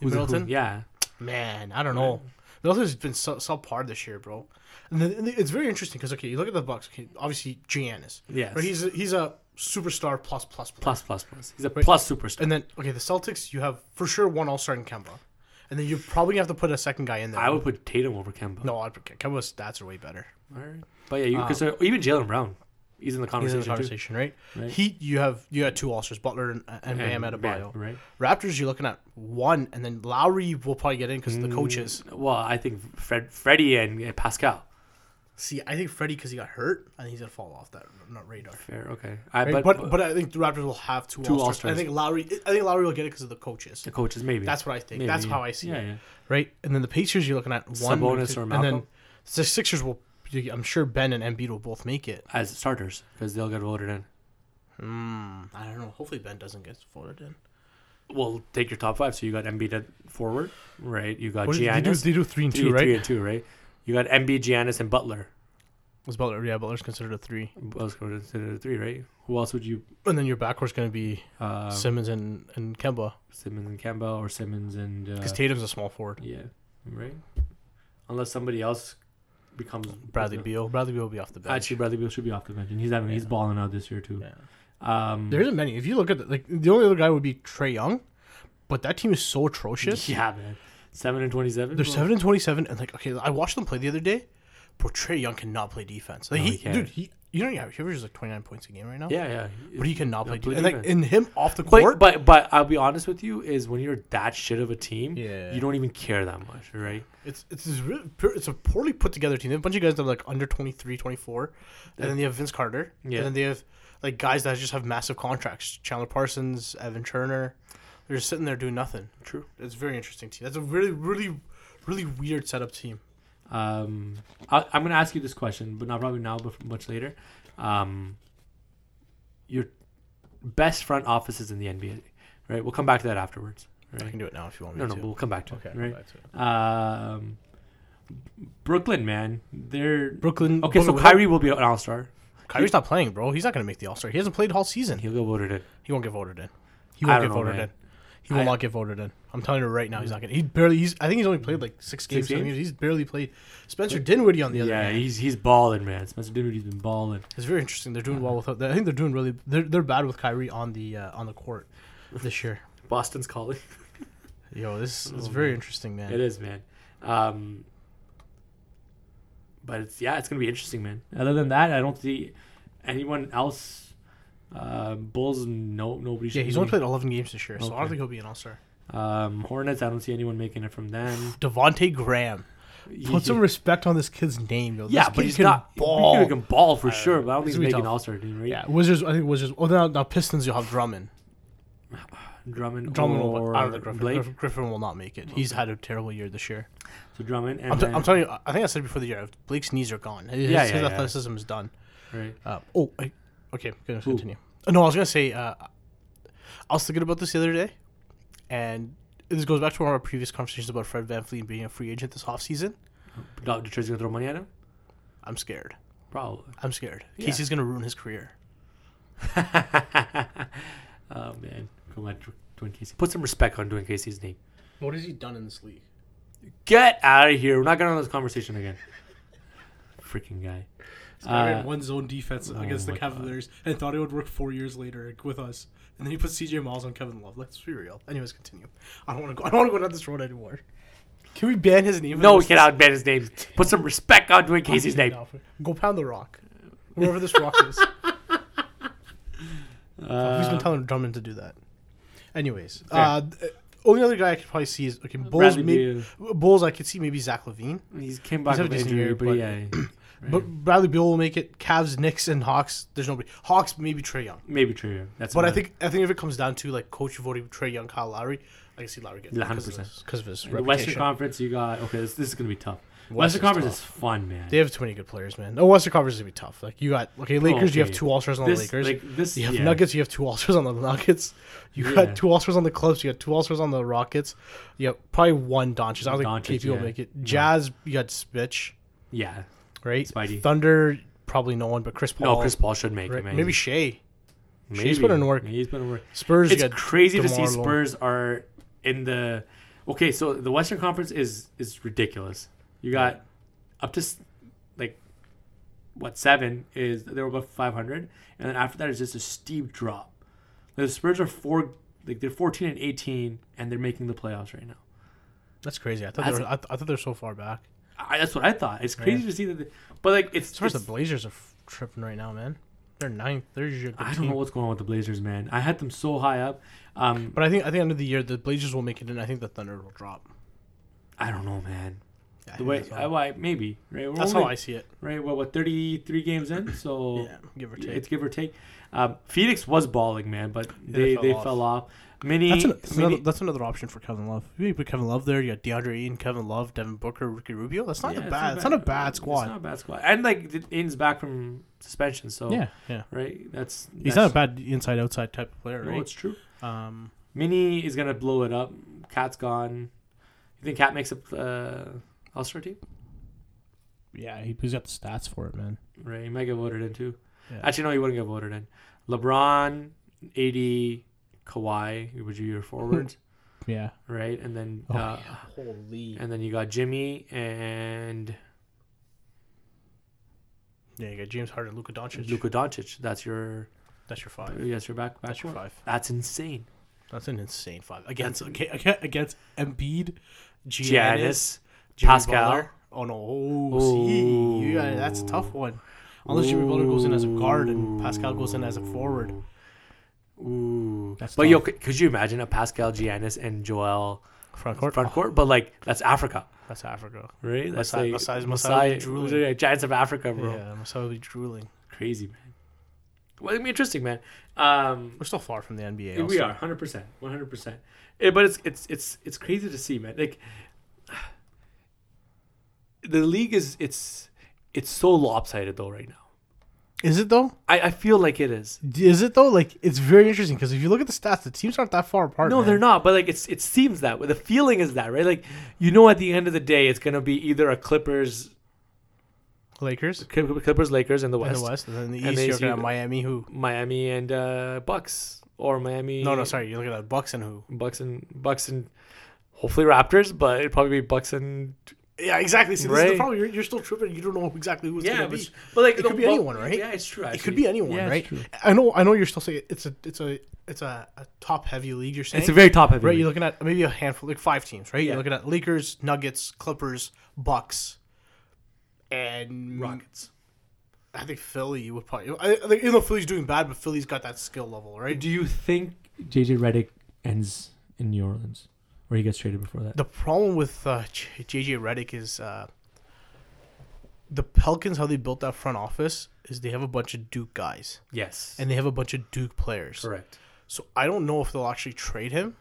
In Middleton? yeah, Man, I don't know. Middleton's been so, so hard this year, bro. And then, and it's very interesting because okay, you look at the Bucks. Okay, obviously Giannis. Yes. Right, he's a, he's a superstar plus plus plus. plus plus plus. He's a plus superstar. And then okay, the Celtics. You have for sure one All Star in Kemba, and then you probably have to put a second guy in there. I would put Tatum over Kemba. no, I'd, Kemba's stats are way better. Alright. But yeah, you because even Jalen Brown, he's in the He's conversation. in the too. conversation, right? Right. Heat, you have you had two All Stars, Butler and, uh, and Bam And Adebayo. Bam, right. Raptors, you're looking at one, and then Lowry will probably get in because the coaches. Well, I think Fred, Freddie, and uh, Pascal. See, I think Freddie because he got hurt, I think he's gonna fall off that not radar. Fair, okay. I, Right? but, But, but I think the Raptors will have 2 All Stars. All-Stars. I think Lowry, I think Lowry will get it because of the coaches. the coaches maybe. That's what I think. Maybe, That's yeah. how I see Yeah, it. yeah. Right, and then the Pacers, you're looking at one Sabonis or and then Malcolm? the Sixers will. I'm sure Ben and Embiid will both make it. As starters, because they'll get voted in. Mm, I don't know. Hopefully, Ben doesn't get voted in. Well, take your top five. So you got Embiid at forward, right? You got What, they, do, Uh, Giannis, they do three and three, two, right? three and two, right? You got Embiid, Giannis, and Butler. Was Butler? Yeah, Butler's considered a three. I was going to consider the three, right? Who else would you And then your backcourt's going to be uh, Simmons and, and Kemba Simmons and Kemba, or Simmons and uh, because Tatum's a small forward. yeah, right? Unless somebody else becomes Bradley Beal. Bradley Beal will be off the bench. Actually, Bradley Beal should be off the bench, and he's having he's balling out this year too. yeah. Um, There isn't many. If you look at the, like the only other guy would be Trey Young, but that team is so atrocious. yeah, man. Seven and twenty-seven. They're Well, seven and twenty-seven, and like okay, I watched them play the other day. Bro, Trey Young cannot play defense. Like No, he, he can't. dude, he you know yeah, he averages like twenty-nine points a game right now. Yeah, yeah. but he cannot play, play defense. And like in him off the But, court, but but I'll be honest with you is when you're that shit of a team, Yeah. you don't even care that much, right? it's it's this really, pur- it's a poorly put together team. They have a bunch of guys that are like under 23, 24. and then they have Vince Carter. Yeah. and then they have like guys that just have massive contracts. Chandler Parsons, Evan Turner. They're just sitting there doing nothing. True. It's a very interesting team. That's a really really really weird setup team. Um, I, I'm gonna ask you this question, but not probably now, but much later. Um, your best front offices in the NBA, right? We'll come back to that afterwards, I right? can do it now if you want me No, no, to. but we'll come back to okay, it, right? Um, Brooklyn, man, they're Brooklyn. okay. So voted without- Kyrie will be an All-Star. Kyrie's not playing, bro. He's not going to make the All Star. He hasn't played all season. He'll get voted in. He won't get voted in. He I don't won't get know, voted man. in. He will I- not get voted in. I'm telling you right now, he's not going. to He barely. He's. I think he's only played like six games. seven games? games. He's barely played. Spencer Dinwiddie on the other Yeah, hand. he's he's balling, man. Spencer Dinwiddie's been balling. It's very interesting. They're doing well without. I think they're doing really. They're, they're bad with Kyrie on the uh, on the court this year. Boston's calling. Yo, this is Oh, very man. interesting, man. It is, man. Um, but it's yeah, it's gonna be interesting, man. Other than that, I don't see anyone else. Uh, Bulls, no, nobody. Yeah, he's should only be. played 11 games this year, so I don't Okay. think he'll be an All Star. Um, Hornets, I don't see anyone making it from them. Devonte Graham. Put some respect on this kid's name, yo. yeah, This but kid he's can not. ball. Uh, He can ball for I don't sure, know. but I don't It's think he's making gonna be tough. All Star team, right? Yeah, Wizards. I think Wizards. Oh, now, now Pistons. You'll have Drummond. Drummond, Drummond will, or I don't think Griffin, Blake. Griffin- Griffin will not make it. He's had a terrible year this year. So Drummond and Oh, I'm, t- then- I'm telling you. I I think I said before the year. Blake's knees are gone. His, Yeah, his yeah, yeah. athleticism is done. right. Uh, oh, I, okay. Gonna Who? continue. Uh, No, I was gonna say. Uh, I was thinking about this the other day, and this goes back to one of our previous conversations about Fred Van Fleet being a free agent this offseason. Dr. Detroit's gonna throw money at him. I'm scared. Probably. I'm scared. Yeah. Casey's gonna ruin his career. oh man, come on, Dwayne Casey. Put some respect on Dwayne Casey's name. What has he done in this league? Get out of here. We're not getting on this conversation again. Freaking guy. Uh, one zone defense against the my God. and thought it would work four years later with us. And then he put CJ Miles on Kevin Love. Let's be real. Anyways, continue. I don't want to go. I don't want to go down this road anymore. Can we ban his name? no, we cannot ban his name. Put some respect on Dwayne Casey's name. Go pound the rock, wherever this rock is. Who's been Uh, telling Drummond to do that? Anyways, Fair. uh, th- only other guy I could probably see is okay. Bulls, Bradley may, Bulls. I could see maybe Zach Levine, Beal. He's came back He's had with a decent injury, year, but, but- yeah, but Bradley Beal will make it. Cavs, Knicks, and Hawks. There's nobody. Hawks, maybe Trey Young. maybe true. That's But I another- think I think if it comes down to like coach voting Trey Young, Kyle Lowry, I can see Lowry getting 100%. because of his the reputation. Western Conference. You got okay. This, this is gonna be tough. Western is Conference tough. is fun, man. They have too many good players, man. No, Western Conference is gonna be tough. Like you got okay, Lakers. You have Okay. two All Stars on Oh, this, the Lakers. like this, you have yeah. Nuggets. You have two All Stars on the Nuggets. You Yeah. got two All Stars on the Clubs. You got two All Stars on the Rockets. You got probably one Doncic. I don't Doncic, think KP will yeah. make it. No. Jazz. You got Spitch, Yeah, right? Spidey. Thunder. Probably no one, but Chris Paul. no, Chris Paul should make right? it, man. Maybe Shea. Maybe. Shea's put in work. He's put in work. Spurs. it's you got crazy to see DeMar Lo- Spurs are in the okay. So the Western Conference is is ridiculous. You got up to s- like what seven is they were above five hundred, and then after that is just a steep drop. The Spurs are four like they're fourteen and eighteen, and they're making the playoffs right now. That's crazy. I thought they That's- were, I, th- I thought they're so far back. I, that's what I thought. It's crazy to see that, they, but like it's, As far as the it's- Blazers are f- tripping right now, man. They're ninth. They're usually a good I team. don't know what's going on with the Blazers, man. I had them so high up. Um, But I think at the end of the year, the Blazers will make it, and I think the Thunder will drop. I don't know, man. I The think way that's I, how, why maybe right. We're that's only- how I see it. right? What, what, 33 games in? So Yeah, give or yeah, take. it's give or take. Um, Phoenix was balling, man, but they, they they, fell fell, off. off. Mini, That's, an, that's mini- another, that's another option for Kevin Love. You put Kevin Love there. You got DeAndre Ayton, Kevin Love, Devin Booker, Ricky Rubio. That's not yeah, a bad. It's not a bad It's not squad. a bad squad. And, like, the- Aiden's back from suspension, so, Yeah, yeah. right? That's, He's not a that's- bad inside outside type of player, No, it's right? true. Um, Mini is going to blow it up. Cat's gone. You think Cat makes up uh, All Star team? yeah, he, he's got the stats for it, man. Right. He might get voted in, too. Yeah. Actually, no, he wouldn't get voted in. LeBron, 80, Kawhi, would you your forwards, Yeah. right? And then Oh, uh, Holy. And then you got Jimmy and Yeah, you got James Harden, Luka Doncic. Luka Doncic. That's your That's your five. Yes, you're back. Back That's your four. five. That's insane. That's an insane five against aga- against Embiid, Giannis, Giannis, Jimmy Pascal. Butler. Oh no! Oh, see, you got- that's a tough one. Unless Jimmy Butler goes in as a guard and Pascal goes in as a forward. Ooh. That's but yo, tough. c- could you imagine a Pascal Giannis and Joel Front court. front court? But like that's Africa, Oh, that's Africa. right? That's Masai- like Masai's- Masai Masai, would be drooling. yeah, Giants of Africa, bro. Yeah, I'm so drooling. Crazy man. Well, it'd be interesting, man. Um, We're still far from the NBA. we also. are 100, percent 100. percent Eh, But it's it's it's it's crazy to see, man. Like the league is it's it's so lopsided though right now. Is it though? I, I feel like it is. Is it though? Like it's very interesting because if you look at the stats, the teams aren't that far apart. No, man. they're not. But like, it's it seems that way. The feeling is that right. Like, you know, at the end of the day, it's gonna be either a Clippers, Lakers Clip- Clippers, Lakers in the in West, the West, and then in the And East. then You're you- gonna have Miami. Who? Miami and uh, Bucks, or Miami. No, no, sorry. You look at that Bucks and who? Bucks and Bucks and hopefully Raptors, but it'd probably be Bucks and Yeah, exactly. See, Right. problem. You're, you're still tripping. You don't know exactly who's yeah, but, but like It no, could be but- anyone, right? Yeah, it's true. It could be anyone, Yeah, it's right? true. I know. I know. You're still saying it's a it's a it's a, a top heavy league. You're saying It's a very top heavy. right. league. You're looking at maybe a handful, like five teams, right? Yeah. You're looking at Lakers, Nuggets, Clippers, Bucks, and Rockets. I think Philly would probably. I, I think even though Philly's doing bad, but Philly's got that skill level, right? Do you think JJ Redick ends in New Orleans, or he gets traded before that? The problem with uh, J- JJ Redick is uh, the Pelicans. How they built that front office is they have a bunch of Duke guys Yes, and they have a bunch of Duke players. correct. So I don't know if they'll actually trade him.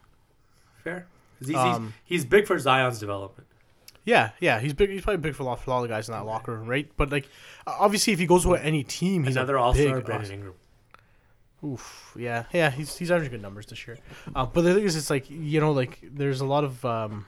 Fair. 'Cause He's, Um, he's, he's big for Zion's development. Yeah, yeah, he's big. He's probably big for a lot, for a lot of guys in that locker room, right? But like, uh, obviously, if he goes with any team, he's Another a All Star, big Brandon Ingram. Oof, yeah, yeah, he's he's averaging good numbers this year. Uh, but the thing is, it's like you know, like there's a lot of um,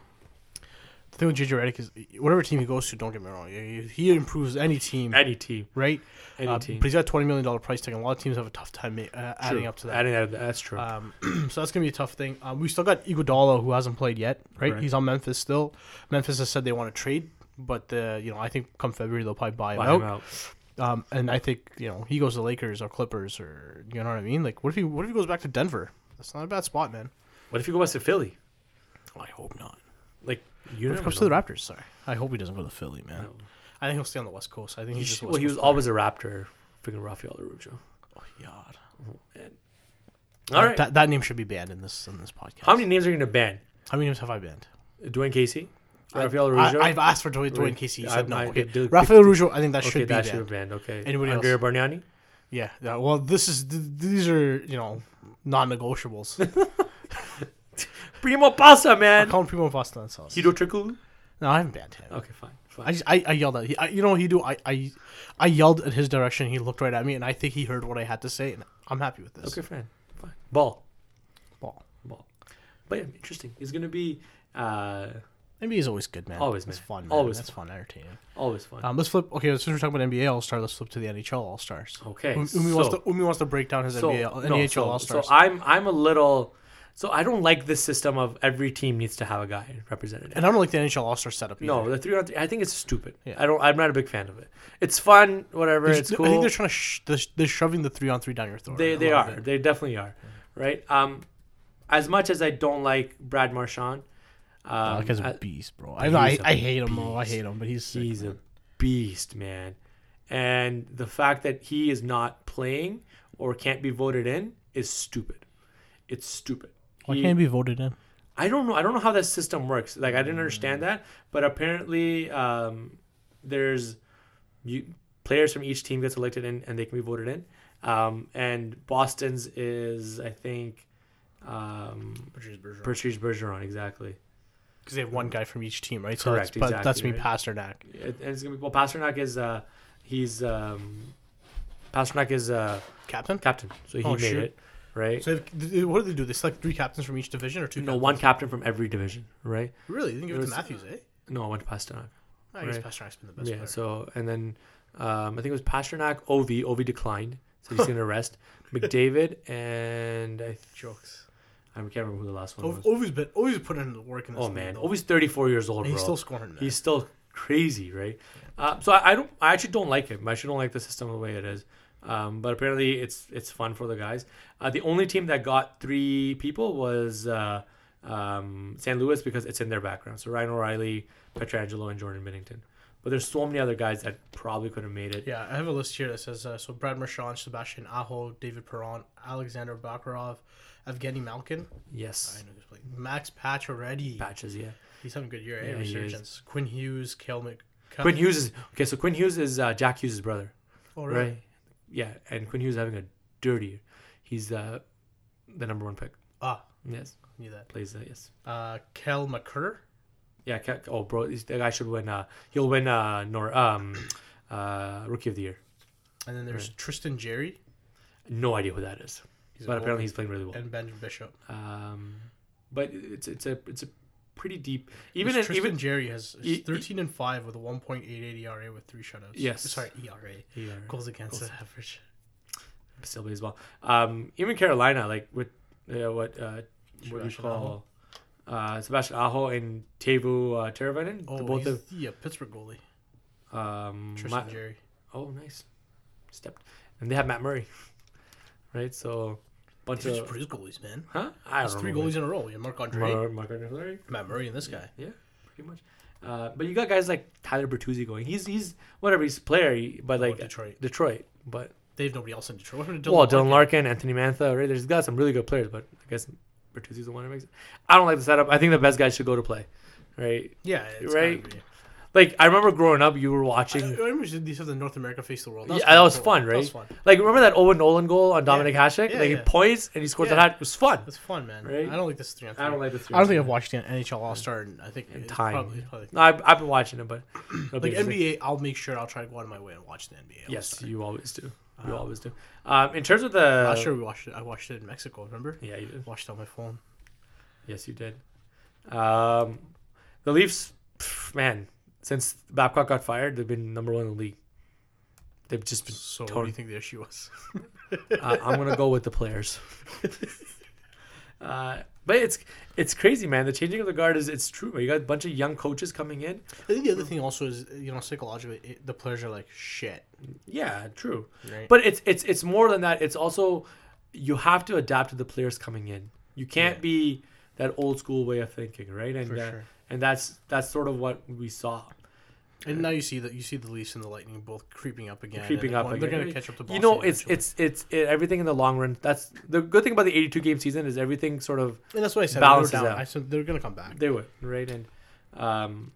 the thing with JJ Redick is whatever team he goes to. Don't get me wrong, he, he improves any team, Any team, right? any Uh, team. But he's got a twenty million dollar price tag, and a lot of teams have a tough time ma- uh, adding True. up to that. Adding up, that's true. Um, so that's gonna be a tough thing. Um, we still got Iguodala who hasn't played yet, right? Correct. He's on Memphis still. Memphis has said they want to trade, but uh, you know I think come February they'll probably buy him Buy out. him out. Um, and I think you know he goes to Lakers or Clippers or you know what I mean. Like what if he what if he goes back to Denver? That's not a bad spot, man. What if you go west to Philly? Oh, I hope not. Like you What if never it know. comes to the Raptors? Sorry, I hope he doesn't go to Philly, man. No. I think he'll stay on the West Coast. I think He he's sh- just a well, West he was Coast always a Raptor. Freaking Rafael Arujo. player. God. All right. Uh, that, that name should be banned in this in this podcast. How many names are you gonna ban? How many names have I banned? Dwayne Casey, I- Rafael Arujo. I, I've asked for Dwayne, Dwayne Right. Casey. He I- said no. I- okay. it did- Rafael Rougeau, I think that okay, should be that banned. should be banned. Okay. Anybody Andrea else? Bargnani? Yeah, yeah. Well, this is th- these are you know non-negotiables. Primo Passa, I man. call him Primo Pasta and sauce. Hito Triculu. No, I haven't banned him. Okay, fine. I fine. just I, I yelled at he, I, you know what he do I, I I yelled at his direction. He looked right at me, and I think he heard what I had to say. And I'm happy with this. okay, fine. Fine. Ball. Ball. Ball. But yeah, interesting. He's gonna be uh, NBA is always good, man. Always, it's man. fun. Man. Always that's fun, entertaining. always fun. Um, let's flip. Okay, since we're talking about NBA All Star, let's flip to the NHL All Stars. okay. Umi, Umi wants so- to Umi wants to break down his NBA, no, NHL so- All Stars. So I'm I'm a little so I don't like this system of every team needs to have a guy represented. and I don't like the NHL All Star setup. Either. no, the three on three. I think it's stupid. Yeah. I don't. I'm not a big fan of it. It's fun, whatever. They're It's just- cool. I think they're trying to sh- they're, they're shoving the three on three down your throat. They I they love are. it. They definitely are. Right. Um, as much as I don't like Brad Marchand, um, Alec is I- Oh, a beast, bro. I, know, I, he's a I hate him, though. I hate him, but he's sick, he's a man. beast, man. And the fact that he is not playing or can't be voted in is stupid. It's stupid. Why He- can't he be voted in? I don't know. I don't know how that system works. Like I didn't understand that, but apparently um, there's you, players from each team gets elected in, and they can be voted in. Um, and Boston's is I think um, Because Patrice Bergeron exactly, they have one guy from each team, right? Correct, So that's, but that's exactly, me, Pasternak. and it's gonna be well. Pasternak is uh, he's um, Pasternak is uh, Captain? captain, so he Oh, made shoot. it right. So if- th- what do they do? They select three captains from each division or two? no, captains? one captain from every division, right? Really? You didn't give it to There's- Matthews, eh? No, I went to Pasternak. I guess Right. Pasternak's been the best yeah. player. So and then um, I think it was Pasternak, Ovi. Ovi declined, so he's gonna rest. McDavid and I, th- Jokes. I can't remember who the last one Ov- was. Ovi's been always putting in the work in this oh league, man, though. Ovi's 34 years old, And he's bro. still scoring. Man. he's still crazy, right? Uh, so I, I don't, I actually don't like him. I actually don't like the system the way it is. Um, but apparently, it's it's fun for the guys. Uh, the only team that got three people was uh, um, San Luis because it's in their background. So Ryan O'Reilly, Petrangelo, and Jordan Bennington. But there's so many other guys that probably could have made it. Yeah, I have a list here that says uh, so Brad Marchand, Sebastian Aho, David Perron, Alexander Bakarov, Evgeny Malkin. I Yes, know this play. Max Patch already. patches. Yeah. He's having a good year. eh? Yeah, he is. Resurgence. Quinn Hughes, Kale Mc. Quinn Hughes is okay. So Quinn Hughes is uh, Jack Hughes' brother, Oh, right? really? Yeah, and Quinn Hughes is having a dirty. year. He's uh, the number one pick. Ah, Yes, knew that. plays uh, yes. Uh, Kel McCurr. Yeah, ca- oh bro, he's- the guy should win. Uh, he'll win. Uh, nor um, uh, rookie of the year. And then there's Tristan Jerry. No idea who that is, He's a but apparently goalie. he's playing really well. And Benjamin Bishop. Um, but it's it's a it's a pretty deep. Even in, Because Tristan even Jerry has is E- e- 13 and 5 with a 1.88 ERA E with three shutouts. Yes. Sorry, ERA. yeah, Goals against Goals. average. still plays well. Um, even Carolina, like with uh, what uh, what do you Sebastian call uh, Sebastian Aho and Tevu uh, Teravainen, Oh, the both he's of the uh, Pittsburgh goalie. um, Tristan Ma- Jerry. oh nice, stepped, and they have Matt Murray, right? So bunch Dude, of He's pretty goalies, man. huh? I That's don't three know, man. goalies in a row. Yeah, Mark Andre, Mar- Marc Andre Fleury. Matt Murray, and this guy. Yeah, pretty much. Uh, but you got guys like Tyler Bertuzzi going. He's he's whatever he's a player, he- but like Oh, Detroit. Detroit. But They have nobody else in Detroit. What happened to well, Dylan Dylan Larkin, Anthony Mantha, right? There's got some really good players, but I guess Bertuzzi's the one that makes it. I don't like the setup. I think the best guys should go to play, right? Yeah, it's right? gotta be. Like I remember growing up, you were I watching. remember these have the North America face the world. Yeah, that was fun, That right? was fun. Like remember that Owen Nolan goal on Dominic Hasek? Yeah, like yeah. he points and he scores Yeah. that. It was fun. That's fun, man. Right? I don't like this three on three. I don't like this. I don't think I've watched an NHL All Star in I think it's time. Probably, probably. No, I've, I've been watching it, but it'll be Like interesting. NBA, I'll make sure I'll try to go out of my way and watch the NBA. Yes, All-Star. you always do. You Uh, always do. Um, in terms of the Last year we watched it. I watched it in Mexico. Remember? yeah, you did. Watched it on my phone. Yes, you did. Um, the Leafs, pff, man, since Babcock got fired, they've been number one in the league. They've just been. So what do Totally. you think the issue was? Uh, I'm gonna go with the players. uh, but it's it's crazy, man. The changing of the guard is it's true. You got a bunch of young coaches coming in. I think the other thing also is you know psychologically it, the players are like shit. Yeah, true. Right. But it's it's it's more than that. It's also you have to adapt to the players coming in. You can't Yeah. be that old school way of thinking, right? And For uh, sure. and that's that's sort of what we saw. And now you see that you see the Leafs and the Lightning both creeping up again. creeping and up. one- again. They're going to catch up to Boston. You know, it's eventually. it's it's it, everything in the long run. That's the good thing about the 82 game season is everything sort of and that's what I said. balances Balances down. out. I said they're going to come back. they would right and um,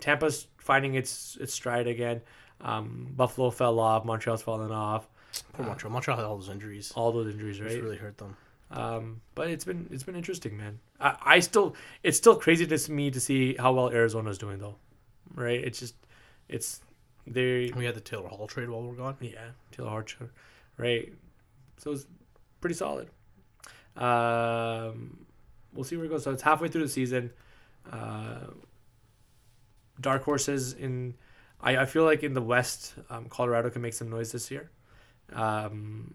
Tampa's finding its its stride again. Um, Buffalo fell off. Montreal's fallen off. Poor Montreal. Montreal had all those injuries. All those injuries, Which right? really hurt them. Um, but it's been it's been interesting, man. I, I still it's still crazy to s- me to see how well Arizona's doing though, right? It's just it's they We had the Taylor Hall trade while we we're gone. Yeah, Taylor Archer, right? So it's pretty solid. Um, we'll see where it goes. So it's halfway through the season. Uh, dark horses in, I, I feel like in the West, um, Colorado can make some noise this year. Um,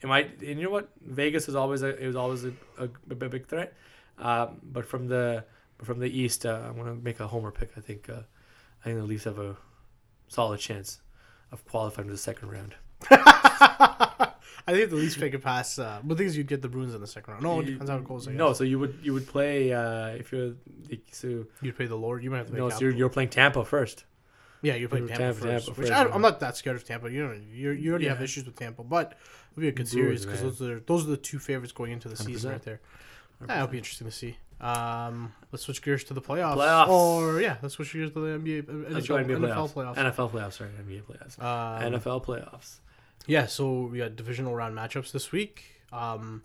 it might, and you know what? Vegas is always a, it was always a, a, b- b- big threat. Um, but from the from the East, uh, I'm gonna make a homer pick. I think uh, I think the Leafs have a solid chance of qualifying to the second round. I think the least pick could pass. Uh, but the thing is, you'd get the Bruins in the second round. No, it You- depends how it goes. I No, guess. so you would you would play uh, if you're the- so you'd play the Lord. You might have to. Pay no, so Cap- you're, you're playing Tampa first. yeah, you'd play you're Tampa, Tampa- first. Tampa which first, I, yeah. I'm not that scared of Tampa. You know, you're, you already have Yeah. issues with Tampa, but it'll be a good Brewers, series because man. those are those are the two favorites going into the season 100%. right there. That'll be interesting to see. Um, let's switch gears to the playoffs. Playoffs. Or yeah, let's switch gears to the NBA, uh, Let's NHL, go NBA NFL playoffs. playoffs. NFL playoffs, sorry, NBA playoffs. Um, NFL playoffs. Yeah, so we got divisional round matchups this week. Um,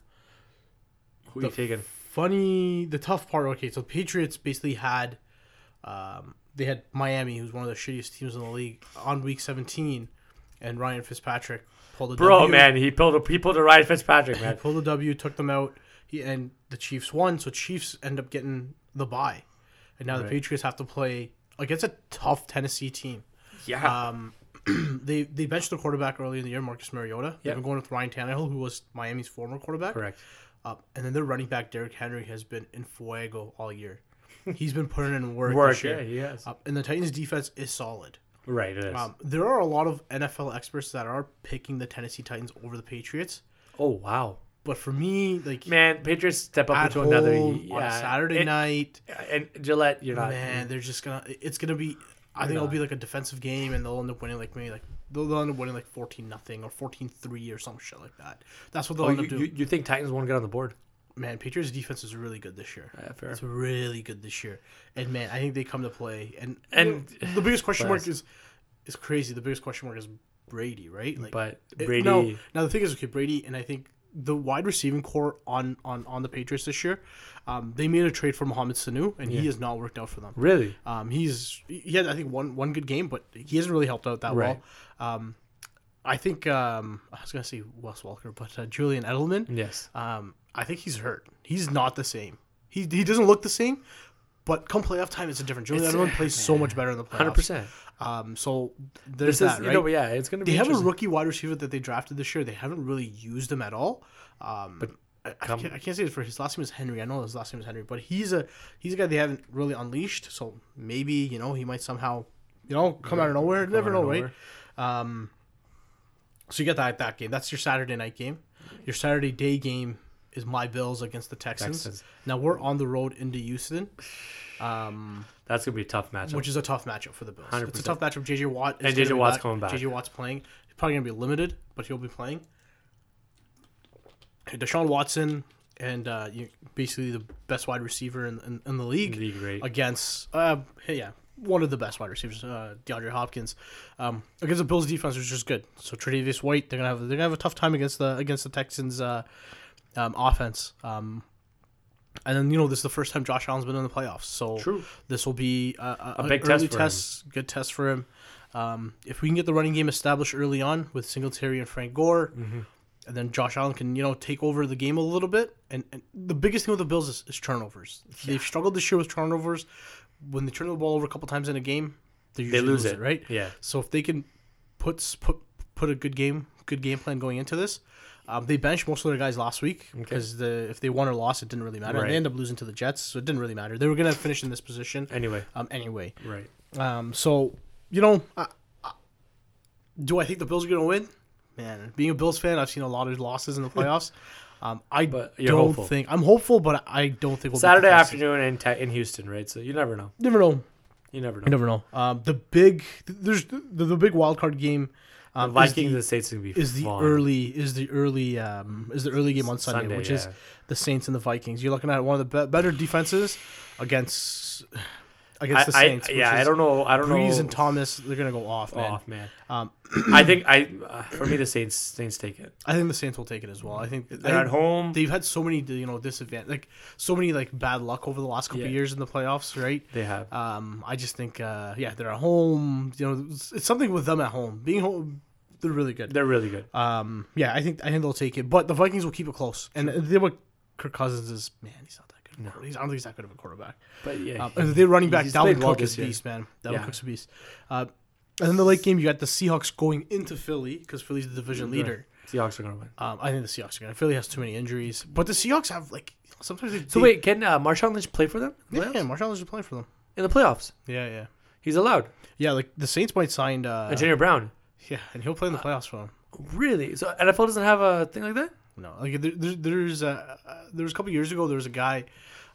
Who the you taking? funny, the tough part. Okay, so the Patriots basically had, um, they had Miami, who's one of the shittiest teams in the league, on week 17, and Ryan Fitzpatrick pulled a Bro, W. man, he pulled a he pulled a Ryan Fitzpatrick, He man. pulled a W, took them out, he, and the Chiefs won. So Chiefs end up getting the bye, and now the Right. Patriots have to play against a tough Tennessee team. Yeah, Um, they they benched the quarterback early in the year, Marcus Mariota. They've Yep. been going with Ryan Tannehill, who was Miami's former quarterback. correct. Uh, and then their running back Derrick Henry has been in fuego all year. He's been putting in work. Work, this yeah, year. he has. Uh, and the Titans defense is solid. Right. It is. Um, there are a lot of NFL experts that are picking the Tennessee Titans over the Patriots, oh wow, but for me, like man, Patriots step up at into home another on a yeah, Saturday and- night, And Gillette, you're not. man, they're just gonna. It's gonna be. I think it'll be like a defensive game, and they'll end up winning like maybe like they'll, they'll end up winning like fourteen nothing or 14-3 or some shit like that. That's what they'll Oh, end you, up doing. you, you think Titans won't get on the board? man, Patriots defense is really good this year. Yeah, fair. It's really good this year, and man, I think they come to play. And And- the biggest question mark Bless. is is crazy. The biggest question mark is Brady, right? Like But it- Brady, Now, now the thing is, okay, Brady, and I think the wide receiving core on on on the Patriots this year, um, they made a trade for Mohamed Sanu, and he has not worked out for them. really? Um, he's he had I think one one good game, but he hasn't really helped out that Right. well. Um, I think um, I was gonna say Wes Walker, but uh, Julian Edelman. Yes. Um, I think he's hurt. He's not the same. He, he doesn't look the same, but come playoff time, it's a different. Julian It's- eh, Edelman plays so much better in the playoffs. Hundred percent. Um, so there's This is that, you right? know, but yeah, it's gonna be. they have a interesting. rookie wide receiver that they drafted this year. They haven't really used him at all. Um, but I, come- can't, I can't say this for his last name is Henry. I know his last name is Henry, but he's a he's a guy they haven't really unleashed. So maybe you know he might somehow you know come out of nowhere. You Never out of know, right? nowhere. Um, so you get that that game. That's your Saturday night game. Your Saturday day game is my Bills against the Texans. Texans. Now we're on the road into Houston. Um, That's gonna be a tough matchup. which is a tough matchup for the Bills. It's a 100%. tough matchup. JJ Watt is And gonna JJ be Watt's coming back. JJ Watt's playing. He's probably going to be limited, but he'll be playing. And Deshaun Watson and uh, you, basically the best wide receiver in, in, in the league League rate. against uh, hey, yeah one of the best wide receivers, uh, DeAndre Hopkins, um, against the Bills defense, which is good. So Tre'Davious White, they're gonna have they're gonna have a tough time against the against the Texans uh, um, offense. Um, and then you know this is the first time Josh Allen's been in the playoffs, so True. this will be a, a, A big early test for him. good test for him. Um, if we can get the running game established early on with Singletary and Frank Gore, Mm-hmm. and then Josh Allen can you know take over the game a little bit. And, and the biggest thing with the Bills is, is turnovers. They've struggled this year with turnovers. When they turn the ball over a couple times in a game, they, usually lose it. right? Yeah. So if they can put s- put put a good game good game plan going into this. Um, they benched most of their guys last week because the if they won or lost, it didn't really matter. And Right. they ended up losing to the Jets, so it didn't really matter. They were gonna finish in this position Anyway, um, anyway. right. Um, so you know, I, I, do I think the Bills are going to win? Man, being a Bills fan, I've seen a lot of losses in the playoffs. um, I But you're don't hopeful. think I'm hopeful, but I don't think we'll beat the Saturday Texans. afternoon in te- in Houston, right? So you never know. Never know. You never know. You never know. Um, the big there's the, the big wild card game. Um, the is Vikings and the Saints gonna be is the fun. early is the early um, is the early game on Sunday, Sunday, which is yeah. the Saints and the Vikings. You're looking at one of the be- better defenses against I, against the I- Saints. which yeah, I is don't know. I don't Breeze know. and Thomas, they're gonna go off, man. off, man. Um, I think I uh, for me the Saints Saints take it. I think the Saints will take it as well. I think They're I- at home. They've had so many, you know, disadvantage, like so many like bad luck over the last couple Yeah. years in the playoffs, right? They have. Um, I just think, uh, yeah, they're at home. You know, it's, it's something with them at home. Being home, they're really good. They're really good. Um, yeah, I think I think they'll take it, but the Vikings will keep it close. And they what Kirk Cousins is, man, he's not that good. of a quarter- He's, I don't think he's that good of a quarterback. But yeah, Um, and they're running back. he's Dalvin played well Cook is this a year. beast, man. Dalvin Yeah. Cook's a beast. Uh, and then the late game, you got the Seahawks going into Philly because Philly's the division leader. Seahawks are gonna win. Um, I think the Seahawks are gonna. Philly has too many injuries, but the Seahawks have like sometimes. They, So they- wait, can uh, Marshawn Lynch play for them in the yeah, playoffs? yeah, Marshawn Lynch is playing for them. In the playoffs, Yeah, yeah, he's allowed. yeah. Like the Saints might sign. Uh, And Junior Brown, yeah, and he'll play in the playoffs for them. really? So NFL doesn't have a thing like that. No, like there, there, there's a uh, there was a couple years ago there was a guy,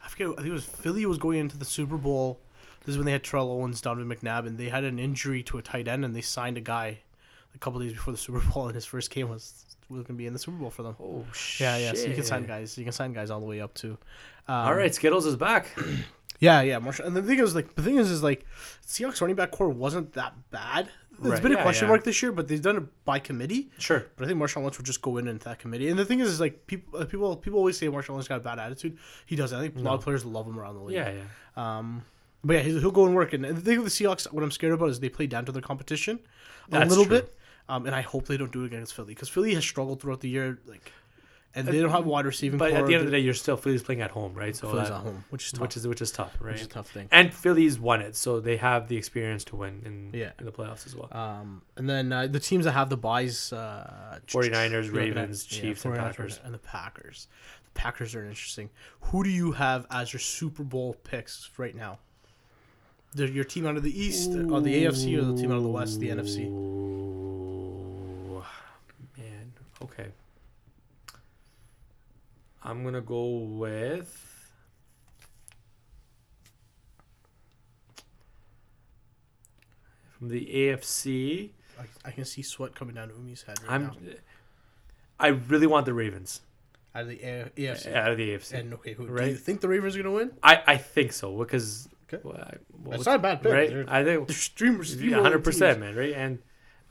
I forget. I think it was Philly was going into the Super Bowl. This is when they had Terrell Owens, Donovan McNabb, and they had an injury to a tight end, and they signed a guy a couple days before the Super Bowl, and his first game was was gonna be in the Super Bowl for them. Oh shit! Yeah, yeah. So you can sign guys. You can sign guys all the way up to. Um, All right, Skittles is back. Yeah, yeah, Marshall. And the thing is, like, the thing is, is like, Seahawks running back core wasn't that bad. It's Right. been a Yeah, question yeah. mark this year, but they've done it by committee. Sure. But I think Marshall Lynch would just go in into that committee. And the thing is, is like, people, uh, people, people always say Marshall Lynch got a bad attitude. He doesn't. I think a lot of players love him around the league. Yeah, yeah. Um, but yeah, he'll he'll go and work. And the thing with the Seahawks, what I'm scared about is they play down to their competition a That's little true. bit. Um, and I hope they don't do it against Philly because Philly has struggled throughout the year. Like, and they don't have a wide receiving. Uh, But at core. the end of the They're- day, you're still Philly's playing at home, right? So Philly's that- at home, which is tough. which is which is tough, right? which is a tough thing. And Philly's won it, so they have the experience to win in, Yeah. in the playoffs as well. Um, and then uh, the teams that have the buys uh, 49ers, you're looking Ravens, Chiefs, and 49ers, Packers. And the Packers. The Packers are interesting. Who do you have as your Super Bowl picks right now? the, your team out of the East, or the AFC, or the team out of the West, the NFC. Ooh, Man, okay. I'm gonna go with. From the AFC, I, I can see sweat coming down Umi's head right I'm. now. I really want the Ravens Out of the A- AFC. out of the AFC. And okay, who, do you Right. think the Ravens are gonna win? I, I think so because Okay. well, I- well, That's not a bad pick. right. They're, I think they're streamers. one hundred percent, man. Right, and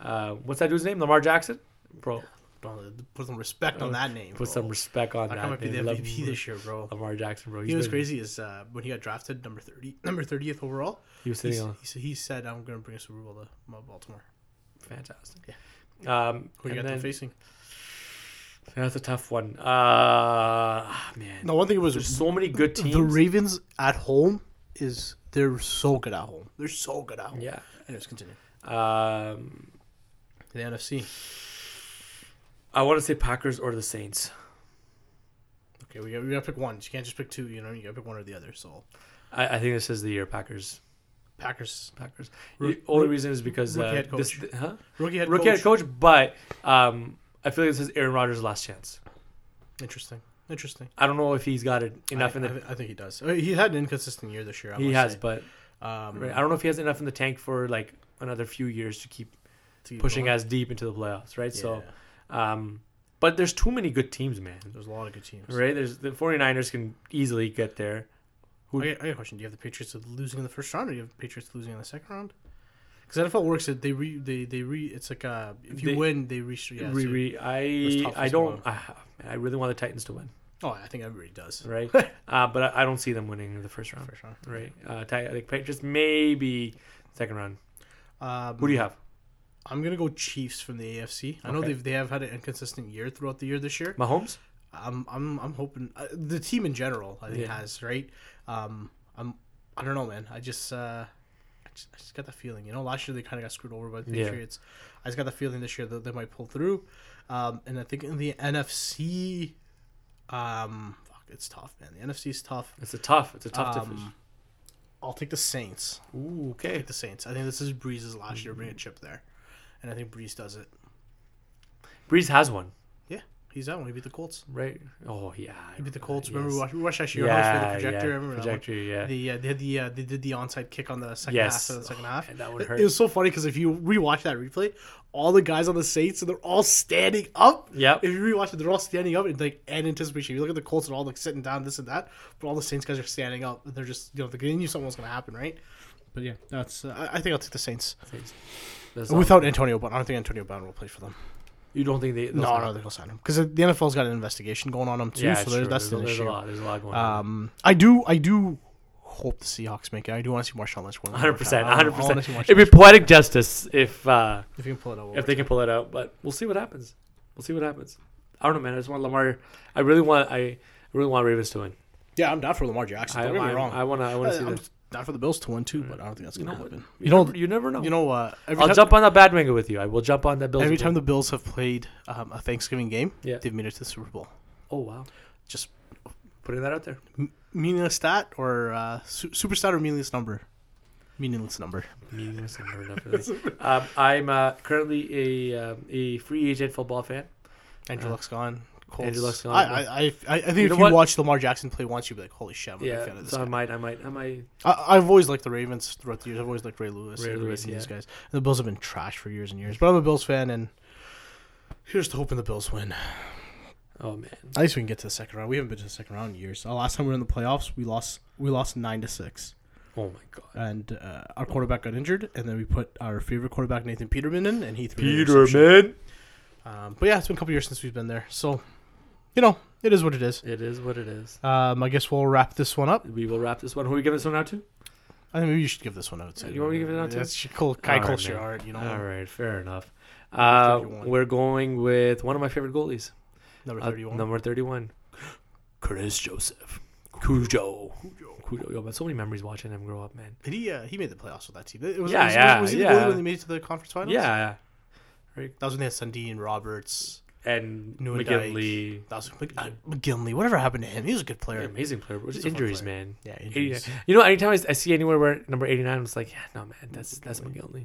uh, what's that dude's name? Lamar Jackson, bro. Bro, Put some respect on that name. Put some respect respect. on That guy that. might be the man. Love- MVP this year, bro. Lamar Jackson, bro. He's You know what's been- crazy is uh, when he got drafted, number thirty, number thirtieth overall. He was He, sitting on he, he said, "I'm going to bring a Super Bowl to my Baltimore." fantastic. Yeah. Um, Who you and got them then, facing? that's a tough one. Uh, ah, man, No, one thing there's was so many good teams. the Ravens at home is they're so good at home. They're so good at home. yeah. Anyways, continue. Um, The NFC. I want to say Packers or the Saints. Okay, we got, we got to pick one. You can't just pick two. You know, you got to pick one or the other. So I, I think this is the year Packers. Packers Packers. Ru- the only ru- reason is because rookie uh, head this- coach. huh? rookie head rookie coach. head coach, but um, I feel like this is Aaron Rodgers' last chance. Interesting. Interesting. I don't know if he's got it enough I, in the I, thi- I think he does. I mean, he had an inconsistent year this year. I he must has, say. but Um, right, I don't know if he has enough in the tank for like another few years to keep to keep pushing going. as deep into the playoffs, right? So, Yeah. um, but there's too many good teams, man. there's a lot of good teams. Right? There's the 49ers can easily get there. I got, I got a question. Do you have the Patriots losing in the first round, or do you have the Patriots losing in the second round? Because NFL works that they re they they re it's like uh if you They- win they re yeah, Re- so- re- was I tough I as don't I, I really want the Titans to win, oh I think everybody does right? uh, but I, I don't see them winning in the first round, first round right? Uh, Ti- I think Patriots maybe second round. um Who do you have? I'm gonna go Chiefs from the AFC I know Okay. they've they have had an inconsistent year throughout the year this year Mahomes. I'm I'm I'm hoping uh, the team in general I think Yeah. has right um I'm I don't know man I just uh I just, I just got the feeling you know last year they kind of got screwed over by the Yeah. Patriots I just got the feeling this year that they might pull through um and I think in the NFC um fuck it's tough man the NFC is tough It's a tough. It's a tough division. Um, I'll take the Saints Ooh, okay. take the Saints I think this is Breeze's last year bring a chip there and I think Breeze does it Breeze has one, yeah he's out when he beat the Colts right? Oh yeah. I he beat the remember Colts that, remember we yes. watched, we watched actually your house Yeah, with the projector yeah. remember that one? Trajectory, yeah. The uh, they had the uh, they did the onside kick on the second Yes. half of the second Oh, half. man, that would It- hurt. It was so funny because if you rewatch that replay, all the guys on the Saints and they're all standing up. Yep. If you rewatch it, they're all standing up and like and anticipation. You look at the Colts and all like sitting down, this and that, but all the Saints guys are standing up. And they're just you know they knew something was gonna happen, right? But yeah, that's uh, I I think I'll take the Saints That's not- without Antonio Brown. I don't think Antonio Brown will play for them. you don't think they? they'll No, sign no, him? they'll sign him because the NFL's got an investigation going on him too. yeah, so it's there's, true. that's there's, the there's issue. a lot. There's a lot going on. Um, I do, I do hope the Seahawks make it. I do want to see Marshawn Lynch win. one more Hundred percent, time. I hundred don't know. I wanna percent. see It'd be Marshawn Lynch. poetic justice if uh, If you can pull it out, if they can pull it out, but we'll see what happens. We'll see what happens. I don't know, man. I just want Lamar. I really want. I really want Ravens to win. yeah, I'm down for Lamar Jackson. I, Don't get me I, wrong. I want to. I I, want to see am them. down for the Bills to win too, but I don't think that's You gonna know, happen. you, know- never, you never know. You know, uh, every I'll time, jump on that bandwagon with you. I will jump on that Bills. every with time you. the Bills have played um, a Thanksgiving game, Yeah. they've made it to the Super Bowl. oh wow, Just putting that out there. m- meaningless stat or uh, su- super stat or meaningless number. Meaningless number. Meaningless and never enough of that. um, I'm uh, currently a um, a free agent football fan. Andrew Luck's gone. Colts. Uh, Andrew Luck's gone. I, I, I, I I think You if know you what? watch Lamar Jackson play once, you'd be like, "Holy shit!" I'm Oh, a big fan Yeah, of this so I guy. might, I might, I might. I, I've always liked the Ravens throughout the years. I've always liked Ray Lewis, Ray and Lewis, and these yeah. guys. The Bills have been trash for years and years, but I'm a Bills fan, and here's to hoping the Bills win. Oh man, At least we can get to the second round. We haven't been to the second round in years. The last time we were in the playoffs, we lost. We lost nine to six, oh my god. and uh, our quarterback got injured, and then we put our favorite quarterback Nathan Peterman in, and he threw an interception. man. Um, but yeah, it's been a couple years since we've been there, so you know it is what it is. It is what it is. Um, I guess we'll wrap this one up. We will wrap this one. Who are we giving this one out to? I think maybe you should give this one out. too. You want me to give it out too? That's cool. Kai All right, close to your man. heart, you know. All right, fair enough. I Uh, think you won. we're going with one of my favorite goalies, Number Uh, thirty-one. number thirty-one, Curtis Joseph, Cujo. Cujo. Yo, but so many memories watching him grow up, man. Did he? Uh, he made the playoffs with that team. It was, Yeah, it was, yeah, was he the yeah. goalie when they made it to the conference finals? Yeah, that was when they had Sundin, Roberts, and Newman McGinley, That was Mc- uh, McGinley. Whatever happened to him? He was a good player. amazing player. Which is He's a fun injuries, player. man. Yeah, 89. injuries. You know, anytime I, I see anywhere where number 89, I'm just like, yeah, no, man, that's that's McGinley.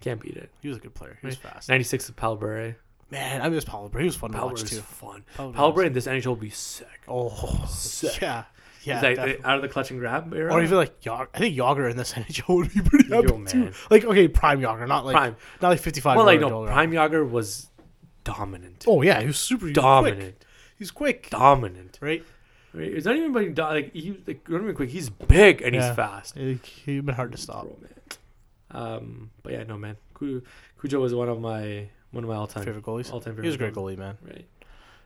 Can't beat it. He was a good player. He was fast. 96 is Palbury. Man, I miss Palabra. He was fun to watch Palbury is too. fun. Palbury Palbury was- in this NHL will be sick. Oh, Sick. yeah, yeah. It's like, definitely. uh, out of the clutch and grab era. or even like Yager. I think Yager in this NHL would be pretty Yo, happy too. man. Like okay, prime Yager, not like Prime. not like fifty five. well, like no, Prime Yager was dominant, Oh yeah, he was super he was quick. dominant, He's quick, dominant. right? Right? It's not even about do- like he like don't even quick. He's big and Yeah. he's fast. Like, He'd been hard to stop. Bro, man. Um, but yeah, no man. Cu- Cujo was one of my one of my all time Favorite goalies. all time favorite. He was a great goalies, goalie, man. Right.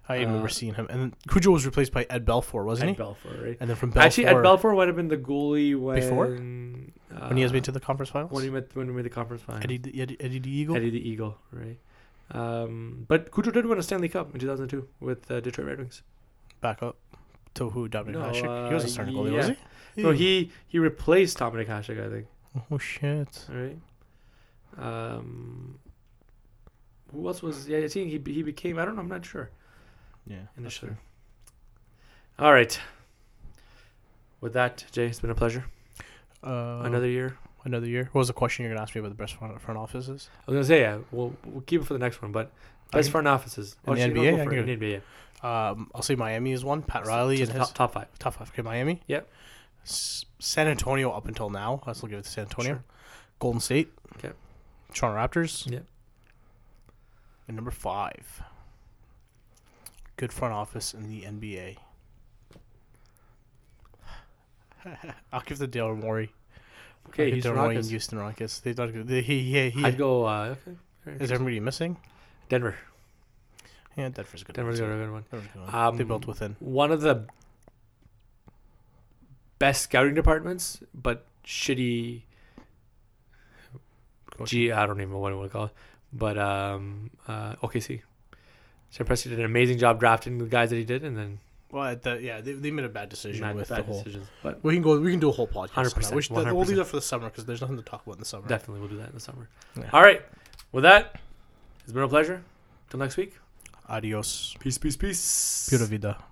I remember Uh, seeing him. And then Cujo was replaced by Ed Belfour, wasn't At he? Belfort, right? and then from Belfour, Actually, Ed Belfort might have been the goalie when Before? uh, when he has made to the conference finals. when he met when he made the conference final. Eddie, the- Eddie, Eddie the Eagle. Eddie the Eagle, right? Um, but Cujo did win a Stanley Cup in 2002 with uh, Detroit Red Wings. Back up to who? Dominic No, Hasek. he uh, was a starting goalie, yeah. was he? So Hmm. he he replaced Dominic Hasek, I think. Oh shit. All right. Um, who else was? Yeah, I think he he became. I don't know. I'm not sure. Yeah. In the that's show. fair. All right. With that, Jay, it's been a pleasure. Uh, Another year. another year. What was the question you're gonna ask me about the best front, front offices? I was gonna say yeah. We'll we'll keep it for the next one, but best Okay. front offices. In the Actually, NBA? we'll go I for can it. In the NBA. Um, I'll say Miami is one. Pat Yeah. Riley Just and his top, top five. top five. Okay, Miami. Yep. S- San Antonio up until now. I'll still give it to San Antonio. Sure. Golden State. Okay. Toronto Raptors. Yep. And number five. Good front office in the NBA. I'll give the Dale Morey. Okay, I'll give Houston Daryl Morey and Rockets. Houston Rockets. They don't. They, he, he, he, I'd go. Uh, okay. Very is good. everybody missing? Denver. Yeah, Denver's a good. Denver's got one, a too. good one. Denver's a good. one. they Um, built within. One of the best scouting departments, but shitty. Coach. Gee, I don't even know what I want to call it, but um, uh, OKC. Sam Presti did an amazing job drafting the guys that he did, and then Well, at the, yeah, they, they made a bad decision mad- with bad the whole. decisions. But We can go. We can do a whole podcast. on that. 100%, We should, we'll leave 100%. that for the summer because there's nothing to talk about in the summer. definitely, we'll do that in the summer. Yeah. All right. With that, it's been a pleasure. Till next week. Adios. Peace, peace, peace. Pura vida.